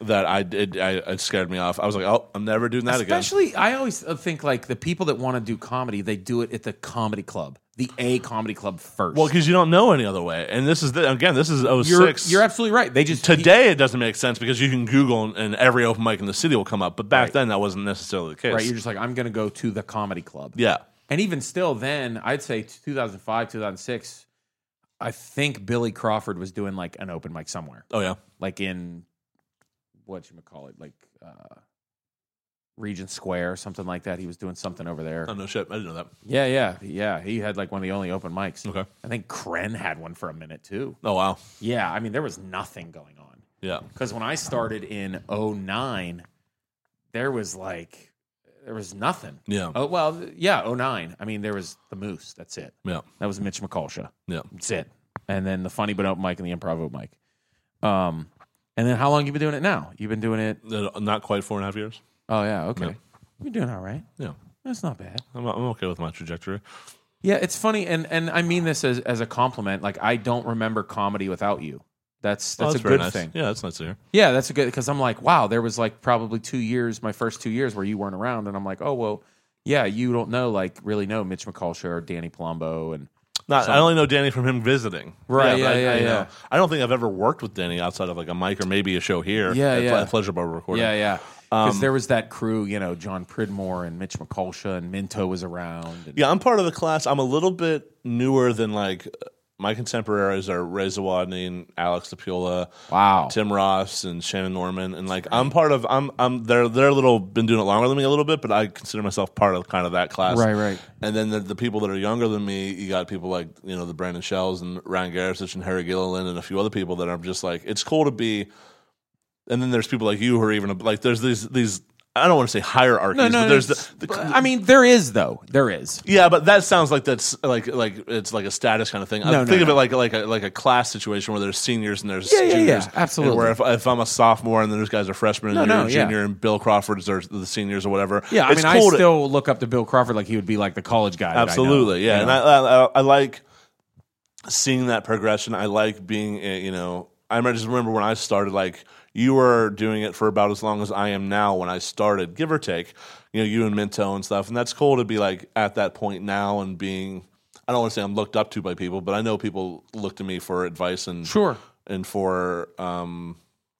that I did. I it scared me off. I was like, oh, I'm never doing that again. Especially, I always think like the people that want to do comedy, they do it at the comedy club, the A comedy club first. Well, because you don't know any other way. And this is the, again, this is you're 6 you're absolutely right. They just Today it doesn't make sense because you can Google and, and every open mic in the city will come up. But back then that wasn't necessarily the case. right. You're just like I'm going to go to the comedy club. yeah. And even still, then I'd say 2005, 2006. I think Billy Crawford was doing like an open mic somewhere, Oh yeah. like in what you call it, like uh, Regent Square, something like that. He was doing something over there. Oh no shit. I didn't know that. Yeah, yeah, yeah. He had like one of the only open mics. Okay. I think Kren had one for a minute too. Oh wow. Yeah, I mean there was nothing going on Yeah. because when I started in 09, there was like there was nothing. Yeah. Oh well, yeah, 09. I mean there was the Moose. That's it. Yeah. That was Mitch McCulsha. Yeah. That's it. And then the funny but open mic and the improv open mic. Um, and then how long you been doing it now? You've been doing it. Uh, Not quite four and a half years. Oh yeah, okay. You're doing all right. Yeah. That's not bad. I'm, I'm okay with my trajectory. Yeah, it's funny, and and I mean this as as a compliment. Like I don't remember comedy without you. That's Oh, that's a very good nice. thing. Yeah, that's nice to hear. Yeah, that's a good because I'm like, wow, there was like probably two years, my first two years where you weren't around, and I'm like, oh well, yeah, you don't know like really know Mitch McCulsha or Danny Palumbo, and Not, I only know Danny from him visiting. Right, but yeah, I, I, yeah, know- yeah. I don't think I've ever worked with Danny outside of like a mic or maybe a show here. Yeah, at Ple- yeah. at Pleasure Bar recording. yeah, yeah, because Um, there was that crew, you know, John Pridmore and Mitch McCulsha and Minto was around. And, Yeah, I'm part of the class. I'm a little bit newer than like my contemporaries are Ray Zawadney and Alex Lapula, Wow. Tim Ross and Shannon Norman, and like I'm part of I'm I'm they're they're a little been doing it longer than me a little bit, but I consider myself part of kind of that class, Right, right. And then the, the people that are younger than me, you got people like you know the Brandon Shells and Ryan Garrett and Harry Gilliland and a few other people that I'm just like it's cool to be and then there's people like you who are even like there's these these I don't want to say hierarchies, No, no, but no, there's it's- the, the but, I mean, there is though. There is. yeah, but that sounds like that's like like it's like a status kind of thing. I No, no, think of no. it like like a, like a class situation where there's seniors and there's Yeah, yeah, yeah, juniors. absolutely. And where if, if I'm a sophomore and then those guys are freshmen and No, you're no, a yeah. junior and Bill Crawford's are the seniors or whatever. Yeah, I it's mean, I cool to- still look up to Bill Crawford like he would be like the college guy. that I know, absolutely yeah. you And know? I, I I like seeing that progression. I like being uh, you know I remember- just remember when I started like you were doing it for about as long as I am now when I started, give or take. You know, you and Minto and stuff, and that's cool to be like at that point now and being. I don't want to say I'm looked up to by people, but I know people look to me for advice and sure. and for um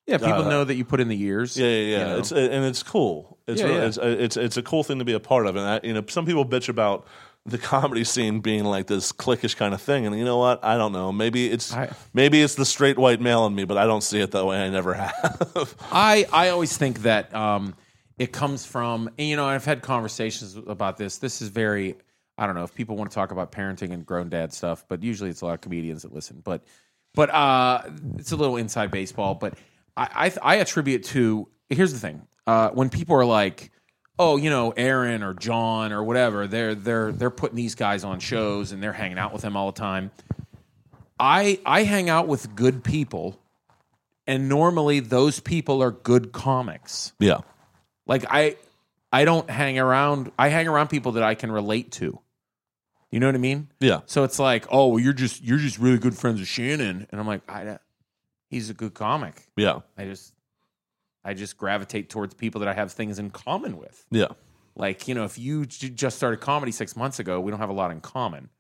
Yeah, people know that you put in the years. yeah, yeah, yeah. you know? It's and it's cool. It's Yeah, really, yeah. It's, it's it's a cool thing to be a part of. And I, you know, some people bitch about the comedy scene being like this cliquish kind of thing. And you know what? I don't know. Maybe it's I- maybe it's the straight white male in me, but I don't see it that way. I never have. I I always think that um, it comes from and, you know I've had conversations about this. This is very I don't know if people want to talk about parenting and grown dad stuff, but usually it's a lot of comedians that listen. But but uh, it's a little inside baseball. But I I, I attribute to here's the thing uh, when people are like. Oh, you know Aaron or John or whatever. They're they're they're putting these guys on shows and they're hanging out with them all the time. I I hang out with good people and normally those people are good comics yeah, like i i don't hang around i hang around people that i can relate to you know what i mean yeah. so it's like oh well, you're just you're just really good friends with shannon and i'm like i don't- he's a good comic Yeah, i just i just gravitate towards people that i have things in common with yeah, like you know if you j- just started comedy six months ago we don't have a lot in common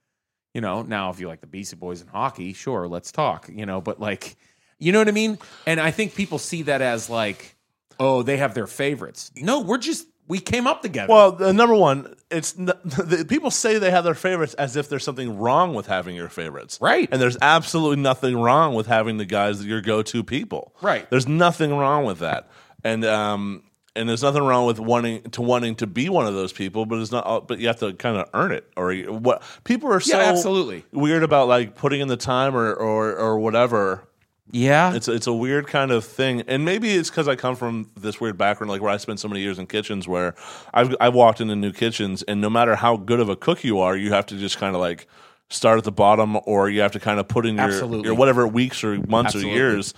you know now if you like the beastie boys and hockey sure let's talk you know but like you know what i mean and i think people see that as like oh they have their favorites no we're just we came up together Well, the number one, it's n- the, people say they have their favorites as if there's something wrong with having your favorites, Right. And there's absolutely nothing wrong with having the guys that your go-to people, Right. There's nothing wrong with that, and um, and there's nothing wrong with wanting to wanting to be one of those people, but it's not. But you have to kind of earn it, or you- what? People are so absolutely. weird about like putting in the time or or or whatever. yeah It's it's a weird kind of thing, and maybe it's because I come from this weird background, like where I spent so many years in kitchens, where I've I've walked into new kitchens, and no matter how good of a cook you are, you have to just kind of like start at the bottom, or you have to kind of put in your Absolutely. your whatever weeks or months Absolutely. or years,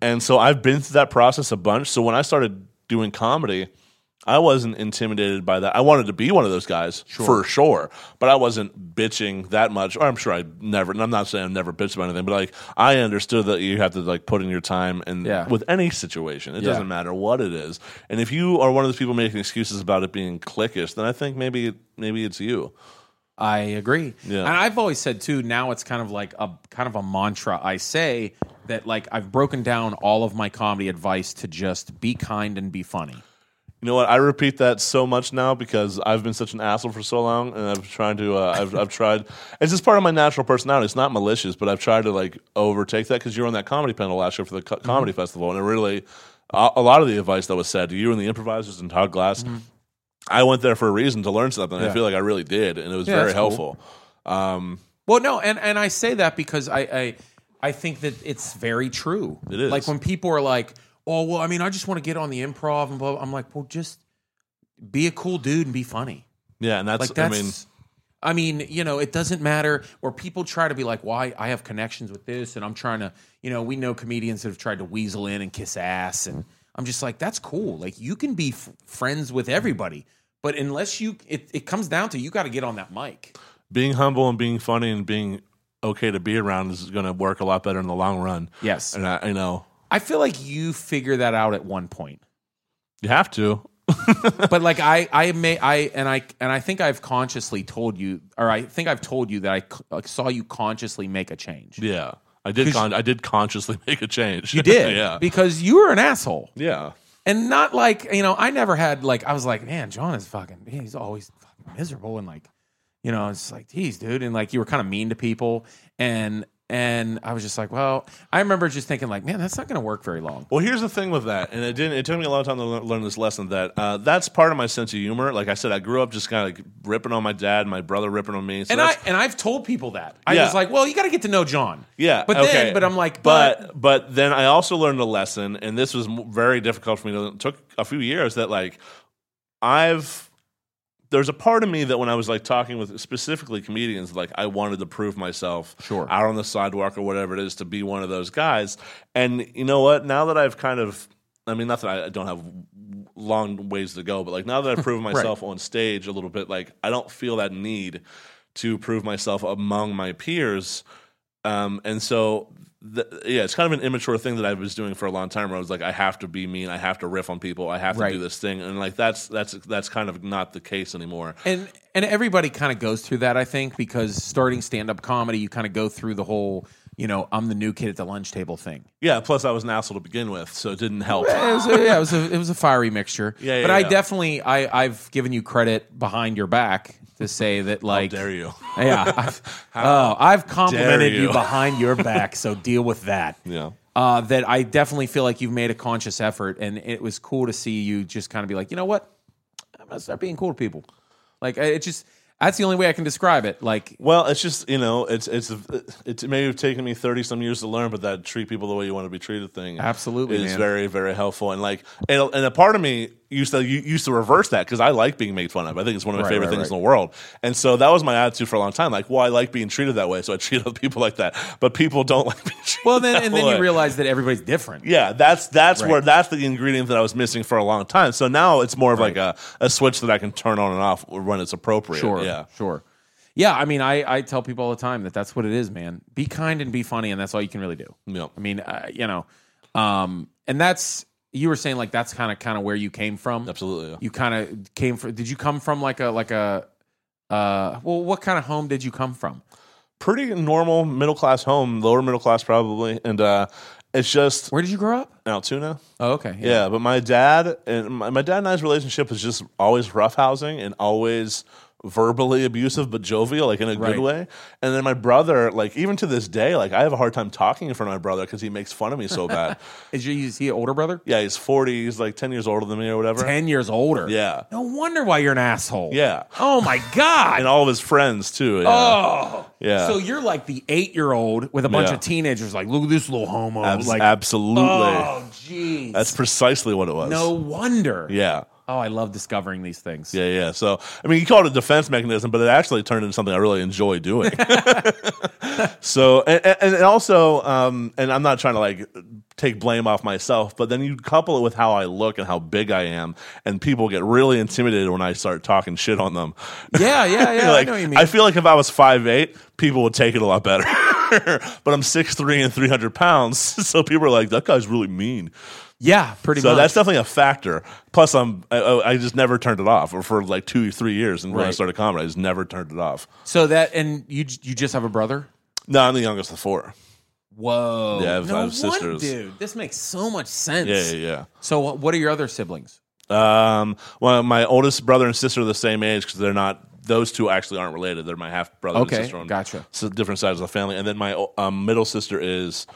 and so I've been through that process a bunch. So when I started doing comedy. I wasn't intimidated by that. I wanted to be one of those guys for sure, but I wasn't bitching that much. Or I'm sure I never. And I'm not saying I never bitched about anything, but like I understood that you have to like put in your time and Yeah. with any situation, it Yeah. doesn't matter what it is. And if you are one of those people making excuses about it being cliquish, then I think maybe maybe it's you. I agree. Yeah. And I've always said too, now it's kind of like a kind of a mantra I say that like I've broken down all of my comedy advice to just be kind and be funny. You know what? I repeat that so much now because I've been such an asshole for so long, and I've tried to. Uh, I've I've tried. It's just part of my natural personality. It's not malicious, but I've tried to like overtake that because you were on that comedy panel last year for the co- Mm-hmm. comedy festival, and it really a, a lot of the advice that was said to you and the improvisers and Todd Glass. I went there for a reason to learn something. and I Mm-hmm. Yeah. feel like I really did, and it was Yeah, very that's cool. helpful. Um, Well, no, and and I say that because I I, I think that it's very true. It is. like when people are like, "Oh, well, I mean, I just want to get on the improv and blah." blah." I'm like, "Well, just be a cool dude and be funny." Yeah, and that's, Like that's. I mean, I mean, you know, it doesn't matter. Or people try to be like, "Why I have connections with this," and I'm trying to, you know, we know comedians that have tried to weasel in and kiss ass, and I'm just like, "That's cool. Like, you can be f- friends with everybody, but unless you, it, it comes down to you got to get on that mic." being humble and being funny and being okay to be around is going to work a lot better in the long run. Yes, And I, I know I feel like you figure that out at one point. you have to. But like I I may I and I and I think I've consciously told you or I think I've told you that I c- like, saw you consciously make a change. Yeah, I did. Con- I did consciously make a change. You did. yeah. Because you were an asshole. yeah. And not like, you know, I never had like I was like, man, John is fucking he's always fucking miserable and like you know, it's like, geez, dude, and like you were kind of mean to people and And I was just like, well, I remember just thinking like, man, that's not going to work very long. Well, here's the thing with that, and it didn't. It took me a long time to lear- learn this lesson. That uh, that's part of my sense of humor. Like I said, I grew up just kind of like ripping on my dad, my brother ripping on me. So and I that's- and I've told people that I Yeah. was like, well, you got to get to know John. yeah, but okay. then, but I'm like, but, but but then I also learned a lesson, and this was m- very difficult for me. to It took a few years that like I've there's a part of me that when I was like talking with specifically comedians, like I wanted to prove myself Sure. out on the sidewalk or whatever it is to be one of those guys. And you know what? Now that I've kind of, I mean, not that I I don't have long ways to go, but like now that I've proven myself on stage a little bit, like I don't feel that need to prove myself among my peers. Um, and so, th- yeah, it's kind of an immature thing that I was doing for a long time where I was like, I have to be mean. I have to riff on people. I have to Right. do this thing. And like, that's, that's, that's kind of not the case anymore. and and everybody kind of goes through that, I think, because starting stand up comedy, you kind of go through the whole, you know, I'm the new kid at the lunch table thing. Yeah. Plus I was an asshole to begin with, so it didn't help. it was a, yeah, it was a it was a fiery mixture. Yeah, yeah, but I yeah. definitely I I've given you credit behind your back to say that like Dare you? yeah I've, oh I've complimented dare you. you. behind your back so deal with that Yeah. uh, that I definitely feel like you've made a conscious effort and it was cool to see you just kind of be like you know what I'm gonna start being cool to people like I- it just that's the only way I can describe it like Well, it's just you know, it's it's it's maybe have taken me thirty some years to learn, but that treat people the way you want to be treated thing Absolutely, is man. very very helpful. And like, and, and a part of me used to you, used to reverse that because I like being made fun of. I think it's one of my Right, favorite right, things right. in the world. And so that was my attitude for a long time. Like, well, I like being treated that way, so I treat other people like that. But people don't like being treated. well then that and then way. you realize that everybody's different Yeah, that's that's Right. where that's the ingredient that I was missing for a long time. So now it's more of like Right. a, a switch that I can turn on and off when it's appropriate. Sure. Yeah. Sure. Yeah. I mean, I, I tell people all the time that that's what it is, man. Be kind and be funny, and that's all you can really do. Yeah. I mean, uh, you know, um, and that's you were saying like that's kind of kind of where you came from. Absolutely. yeah. You kind of came from. Did you come from like a like a uh? Well, what kind of home did you come from? pretty normal middle class home, lower middle class probably, and uh, it's just Where did you grow up? Altoona. Oh, okay. Yeah. but my dad and my, my dad and I's relationship was just always roughhousing and always verbally abusive, but jovial, like in a Right. good way. And then my brother, like even to this day, like I have a hard time talking in front of my brother because he makes fun of me so bad. Is, you, is he an older brother? yeah, he's forty, he's like ten years older than me or whatever. Ten years older. Yeah. No wonder why you're an asshole. Yeah. Oh my god. And all of his friends too. Yeah. Oh, Yeah. So you're like the eight year old with a bunch Yeah. of teenagers, like, look at this little homo. Abs- like, absolutely. oh, jeez. That's precisely what it was. no wonder. Yeah. Oh, I love discovering these things. Yeah, yeah. So, I mean, you call it a defense mechanism, but it actually turned into something I really enjoy doing. so, and, and and also, um, and I'm not trying to like take blame off myself, but then you couple it with how I look and how big I am, and people get really intimidated when I start talking shit on them. yeah, yeah. yeah, like, I know what you mean. feel like if I was five eight, people would take it a lot better. but I'm six three and 300 pounds, so people are like, that guy's really mean. yeah, pretty So much. that's definitely a factor. Plus, I'm I- I, I just never turned it off for like two, three years, and when I Right. started comedy, I just never turned it off. so that, and you j- you just have a brother? No, I'm the youngest of four. Whoa. Yeah, I have- no I have won- sisters. Dude, this makes so much sense. Yeah, yeah, So wh- what are your other siblings? yeah. Um, well, my oldest brother and sister are the same age because they're not. Those two actually aren't related. They're my half brother Okay, and sister on gotcha. s- different sides of the family. And then my o- um, middle sister is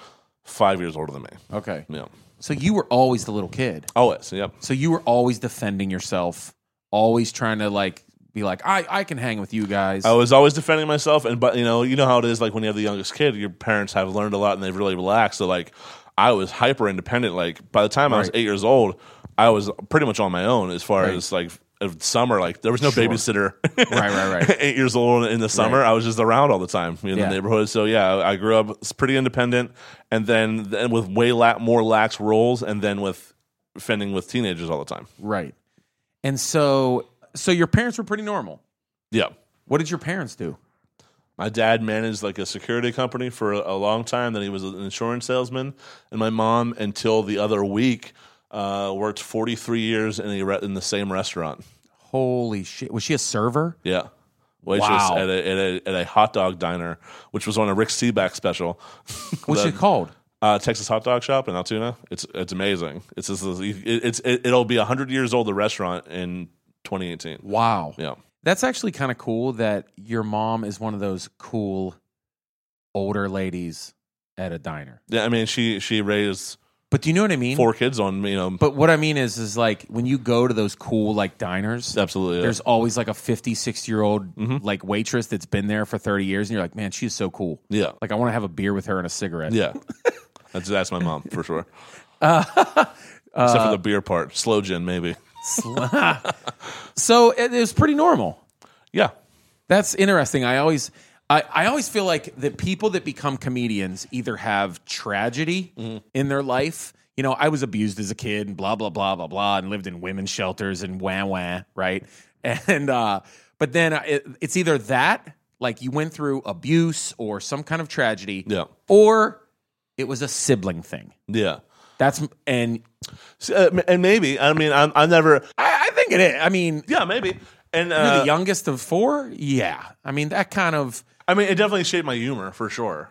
five years older than me. Okay. Yeah, So you were always the little kid. always. Yep. So you were always defending yourself, always trying to like be like, I, I can hang with you guys. I was always defending myself, and but you know, you know how it is. Like when you have the youngest kid, your parents have learned a lot, and they've really relaxed. So like, I was hyper independent. Like by the time I was Right. eight years old, I was pretty much on my own as far Right. as like of summer. Like there was no Sure. babysitter. Right, right, right. eight years old in the summer, Right. I was just around all the time in Yeah. the neighborhood. So yeah, I I grew up s- pretty independent, and then then with way la- more lax roles, and then with fending with teenagers all the time. Right. And so so your parents were pretty normal. Yeah. What did your parents do? My dad managed like a security company for a, a long time. Then he was an insurance salesman, and my mom, until the other week, uh, worked forty three years in the re- in the same restaurant. Holy shit. Was she a server? Yeah, waitress Wow. at, a, at a at a hot dog diner, which was on a Rick Seaback special. What's The- she called? Uh, Texas hot dog shop in Altoona. It's it's amazing. It's just, it, it's it, it'll be hundred years old. The restaurant in twenty eighteen. Wow. Yeah. That's actually kind of cool that your mom is one of those cool older ladies at a diner. Yeah, I mean, she she raised But do you know what I mean? four kids on you know. But what I mean is, is like when you go to those cool like diners, Absolutely, yeah. there's always like a 50, 60 year old like waitress that's been there for 30 years. And you're like, man, she's so cool. yeah, Like I want to have a beer with her and a cigarette. yeah. That's that's my mom for sure. Uh, Except for the beer part, slow gin maybe. So it, it was pretty normal. Yeah, That's interesting. I always I, I always feel like the people that become comedians either have tragedy Mm-hmm. in their life. You know, I was abused as a kid and blah blah blah blah blah and lived in women's shelters and wah wah, right? And uh but then I- it, it's either that like you went through abuse or some kind of tragedy Yeah. or it was a sibling thing. yeah. That's and S- uh, m- and maybe I mean I'm I never. I, I think it is. I mean, Yeah, maybe. And you're uh, the youngest of four? Yeah. I mean, that kind of I mean, it definitely shaped my humor for sure.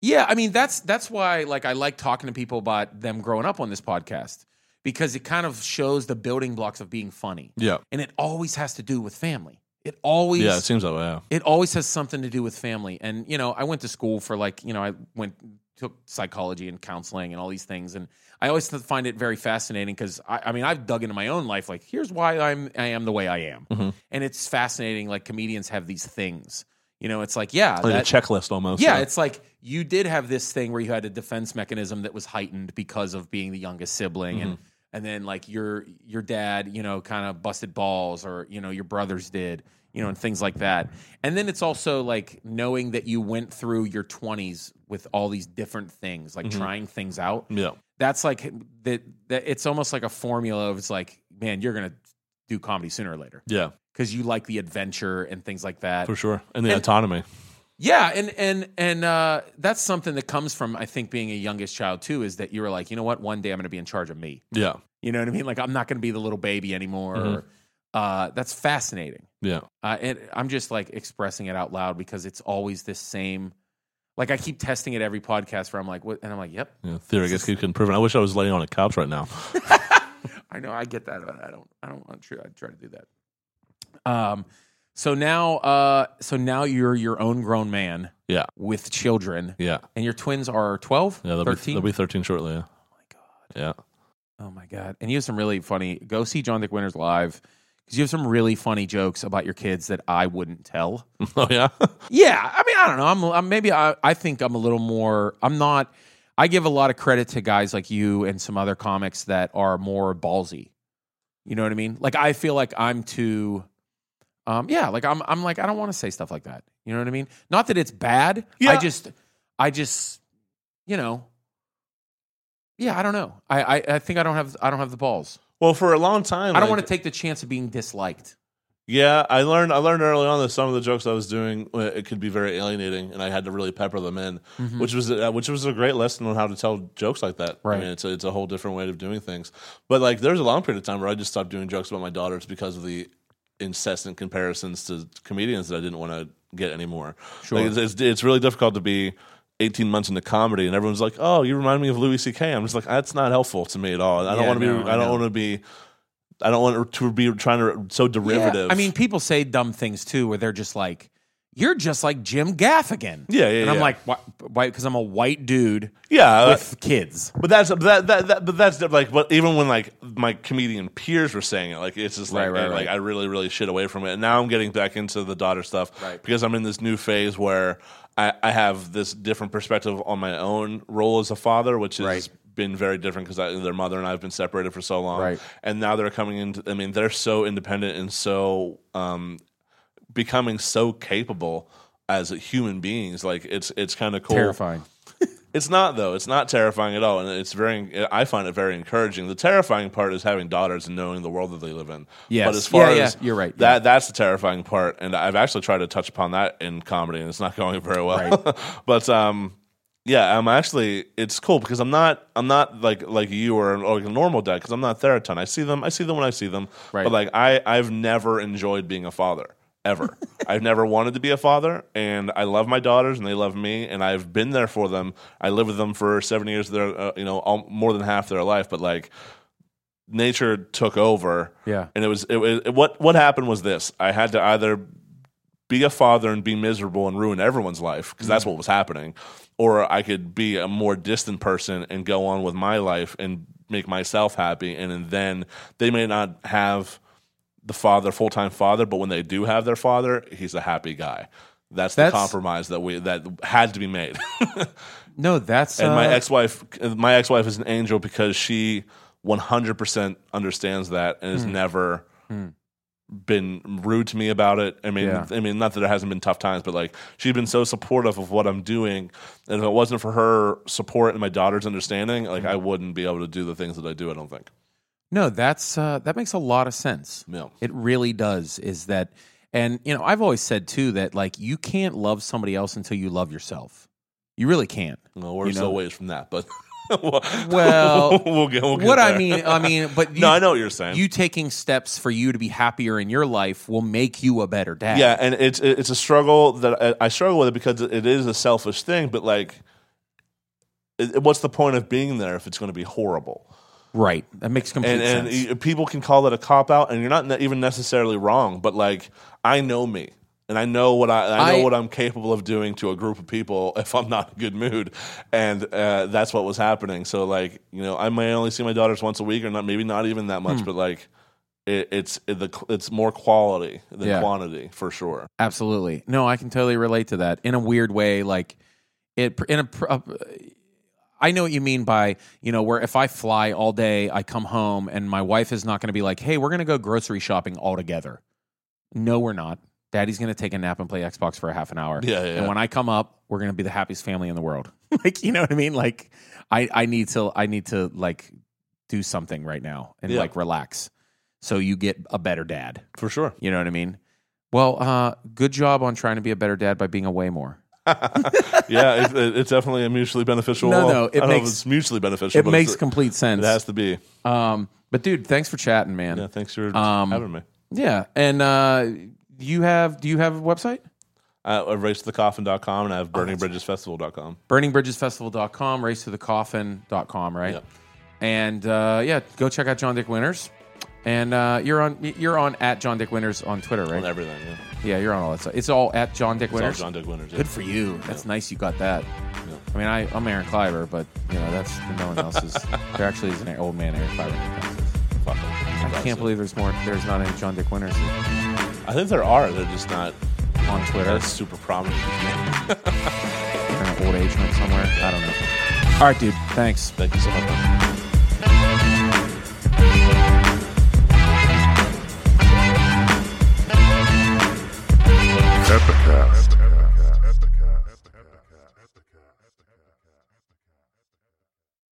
Yeah, I mean that's that's why like I like talking to people about them growing up on this podcast because it kind of shows the building blocks of being funny. Yeah, And it always has to do with family. It always yeah. It seems that way. Yeah. it always has something to do with family. And you know, I went to school for like, you know, I went took psychology and counseling and all these things and I always find it very fascinating cuz I, I mean, I've dug into my own life like here's why I'm I am the way I am. Mm-hmm. And it's fascinating like comedians have these things. You know, it's like yeah, Like that- a checklist almost. yeah, it's like you did have this thing where you had a defense mechanism that was heightened because of being the youngest sibling, and and then like your your dad, you know, kind of busted balls, or you know, your brothers did, you know, and things like that. And then it's also like knowing that you went through your twenties with all these different things, like trying things out. yeah. That's like that. That it's almost like a formula of it's like, man, you're gonna do comedy sooner or later Yeah, because you like the adventure and things like that. for sure. And the And- autonomy. Yeah, and and and uh, that's something that comes from I think being a youngest child too is that you were like, you know what, one day I'm going to be in charge of me. Yeah, You know what I mean? Like I'm not going to be the little baby anymore. Mm-hmm. Or, uh, that's fascinating. yeah, Uh, and I'm just like expressing it out loud because it's always this same. Like I keep testing it every podcast where I'm like, what? And I'm like, yep, yeah. Theory, I guess keeps getting proven. I wish I was laying on a couch right now. I know I get that, but I don't. I don't want to. I try to do that. Um, so now, uh, so now you're your own grown man Yeah, with children. yeah, And your twins are 12? yeah. They'll be 13? they'll be thirteen shortly. Yeah. Yeah, oh my God. And you have some really funny, go see John Dick Winters live because you have some really funny jokes about your kids that I wouldn't tell. oh yeah, yeah. I mean, I don't know. I'm, I'm maybe I, I think I'm a little more, I'm not, I give a lot of credit to guys like you and some other comics that are more ballsy. You know what I mean? Like, I feel like I'm too. Um, yeah, like I'm, I'm like I don't want to say stuff like that. You know what I mean? Not that it's bad. I Yeah. just, I just, you know, yeah, I don't know. I, I, I think I don't have, I don't have the balls. Well, for a long time, I don't like- want to take the chance of being disliked. Yeah, I learned. I learned early on that some of the jokes I was doing uh, it could be very alienating, and I had to really pepper them in, Mm-hmm. which was uh, which was a great lesson on how to tell jokes like that. Right. I mean, it's a, it's a whole different way of doing things. But like, there's a long period of time where I just stopped doing jokes about my daughters because of the incessant comparisons to comedians that I didn't want to get anymore. Sure. Like, it's, it's it's really difficult to be. 18 months into comedy and everyone's like oh you remind me of louis ck i'm just like that's not helpful to me at all i don't Yeah, want to no, be I i know. don't want to be i don't want to be trying to so derivative I mean, people say dumb things too, where they're just like, "You're just like Jim Gaffigan." Yeah, yeah, And I'm yeah. like, why? Because I'm a white dude Yeah, uh, with kids. but that's that, that that but that's like but even when like my comedian peers were saying it, like it's just like Right, right, eh, like right. I really really shit away from it, and now I'm getting back into the daughter stuff Right. because I'm in this new phase where I, I have this different perspective on my own role as a father, which has Right. Been very different because their mother and I have been separated for so long, Right. and now they're coming into. I mean, they're so independent and so um, becoming so capable as human beings. Like it's it's kind of cool. Terrifying. It's not though. It's not terrifying at all, and it's very. I find it very encouraging. The terrifying part is having daughters and knowing the world that they live in. Yes. But as far Yeah, yeah. as You're right. That Yeah. that's the terrifying part, and I've actually tried to touch upon that in comedy, and it's not going very well. but um, yeah, I'm actually. It's cool because I'm not. I'm not like like you or, or like a normal dad because I'm not there a ton. I see them. I see them when I see them. Right. But like I I've never enjoyed being a father. Ever, I've never wanted to be a father, and I love my daughters, and they love me, and I've been there for them. I lived with them for seven years, of their uh, you know all, more than half their life. But like, nature took over, Yeah. and it was it, was- it, what what happened was this: I had to either be a father and be miserable and ruin everyone's life because that's what was happening. Or I could be a more distant person and go on with my life and make myself happy. And, and then they may not have the father, full time father, but when they do have their father, he's a happy guy. That's the That's- compromise that we that had to be made. No, that's and my uh, ex wife, my ex wife is an angel because she 100% understands that and Hmm. has never been rude to me about it. I mean, Yeah. I mean, not that there hasn't been tough times, but like she's been so supportive of what I'm doing. And if it wasn't for her support and my daughter's understanding, Hmm. like I wouldn't be able to do the things that I do. I don't think. No, that's uh, that makes a lot of sense. Yeah. It really does. Is that, and you know, I've always said too that like you can't love somebody else until you love yourself. You really can't. Well, we're You still know? ways from that, but well, Well, we'll get, we'll get what I there. mean, I mean, but you, no, I know what you're saying. you taking steps for you to be happier in your life will make you a better dad. yeah and it's it's a struggle that I- i struggle with it because it is a selfish thing but like it- what's the point of being there if it's going to be horrible right. That makes complete and and sense. y- people can call that a cop out and you're not ne- even necessarily wrong but like i know me and i know what i, I know I- what i'm capable of doing to a group of people if i'm not in a good mood and uh, that's what was happening so like you know i may only see my daughters once a week or not maybe not even that much but like it, it's it, the it's more quality than Yeah. quantity for sure Absolutely. No, I can totally relate to that in a weird way. Like it in a. pr- uh, I know what you mean by you know where if I fly all day, I come home and my wife is not going to be like, "Hey, we're going to go grocery shopping all together." No, we're not. Daddy's going to take a nap and play Xbox for a half an hour. Yeah, yeah. And when I come up, we're going to be the happiest family in the world. like, you know what I mean? Like, I I need to I need to like do something right now and Yeah. like relax. So you get a better dad. for sure You know what I mean? Well, uh, good job on trying to be a better dad by being away more. yeah, it, it, it's definitely a mutually beneficial. No, no, it I don't know if makes- it's mutually beneficial. It but makes it's, complete it sense. has to be. um, but dude, thanks for chatting, man. Yeah, Yeah, thanks for Um, having me. and uh, you have do you have a website? I, I race the coffin.com and I Oh, have burningbridgesfestival.com. burningbridgesfestival.com, race to the coffin.com, right? Yep. And uh, yeah, go check out John Dick Winters. And uh, you're on you're on at John Dick Winters on Twitter, right? And everything. Yeah. yeah, you're on all that stuff. It's all at John Dick It's all Winters. John Dick Winters. yeah. Good for you. That's nice you got that. I mean, I, I'm Aaron Cliver, but you know that's no one else is. there actually is an old man Aaron Cliver. Fuck it. I can't believe there's more. There's not any John Dick Winters I think there are. They're just not on Twitter. that's super prominent. They're in an old age home somewhere. I don't know. All right, dude. Thanks. Thank you so much.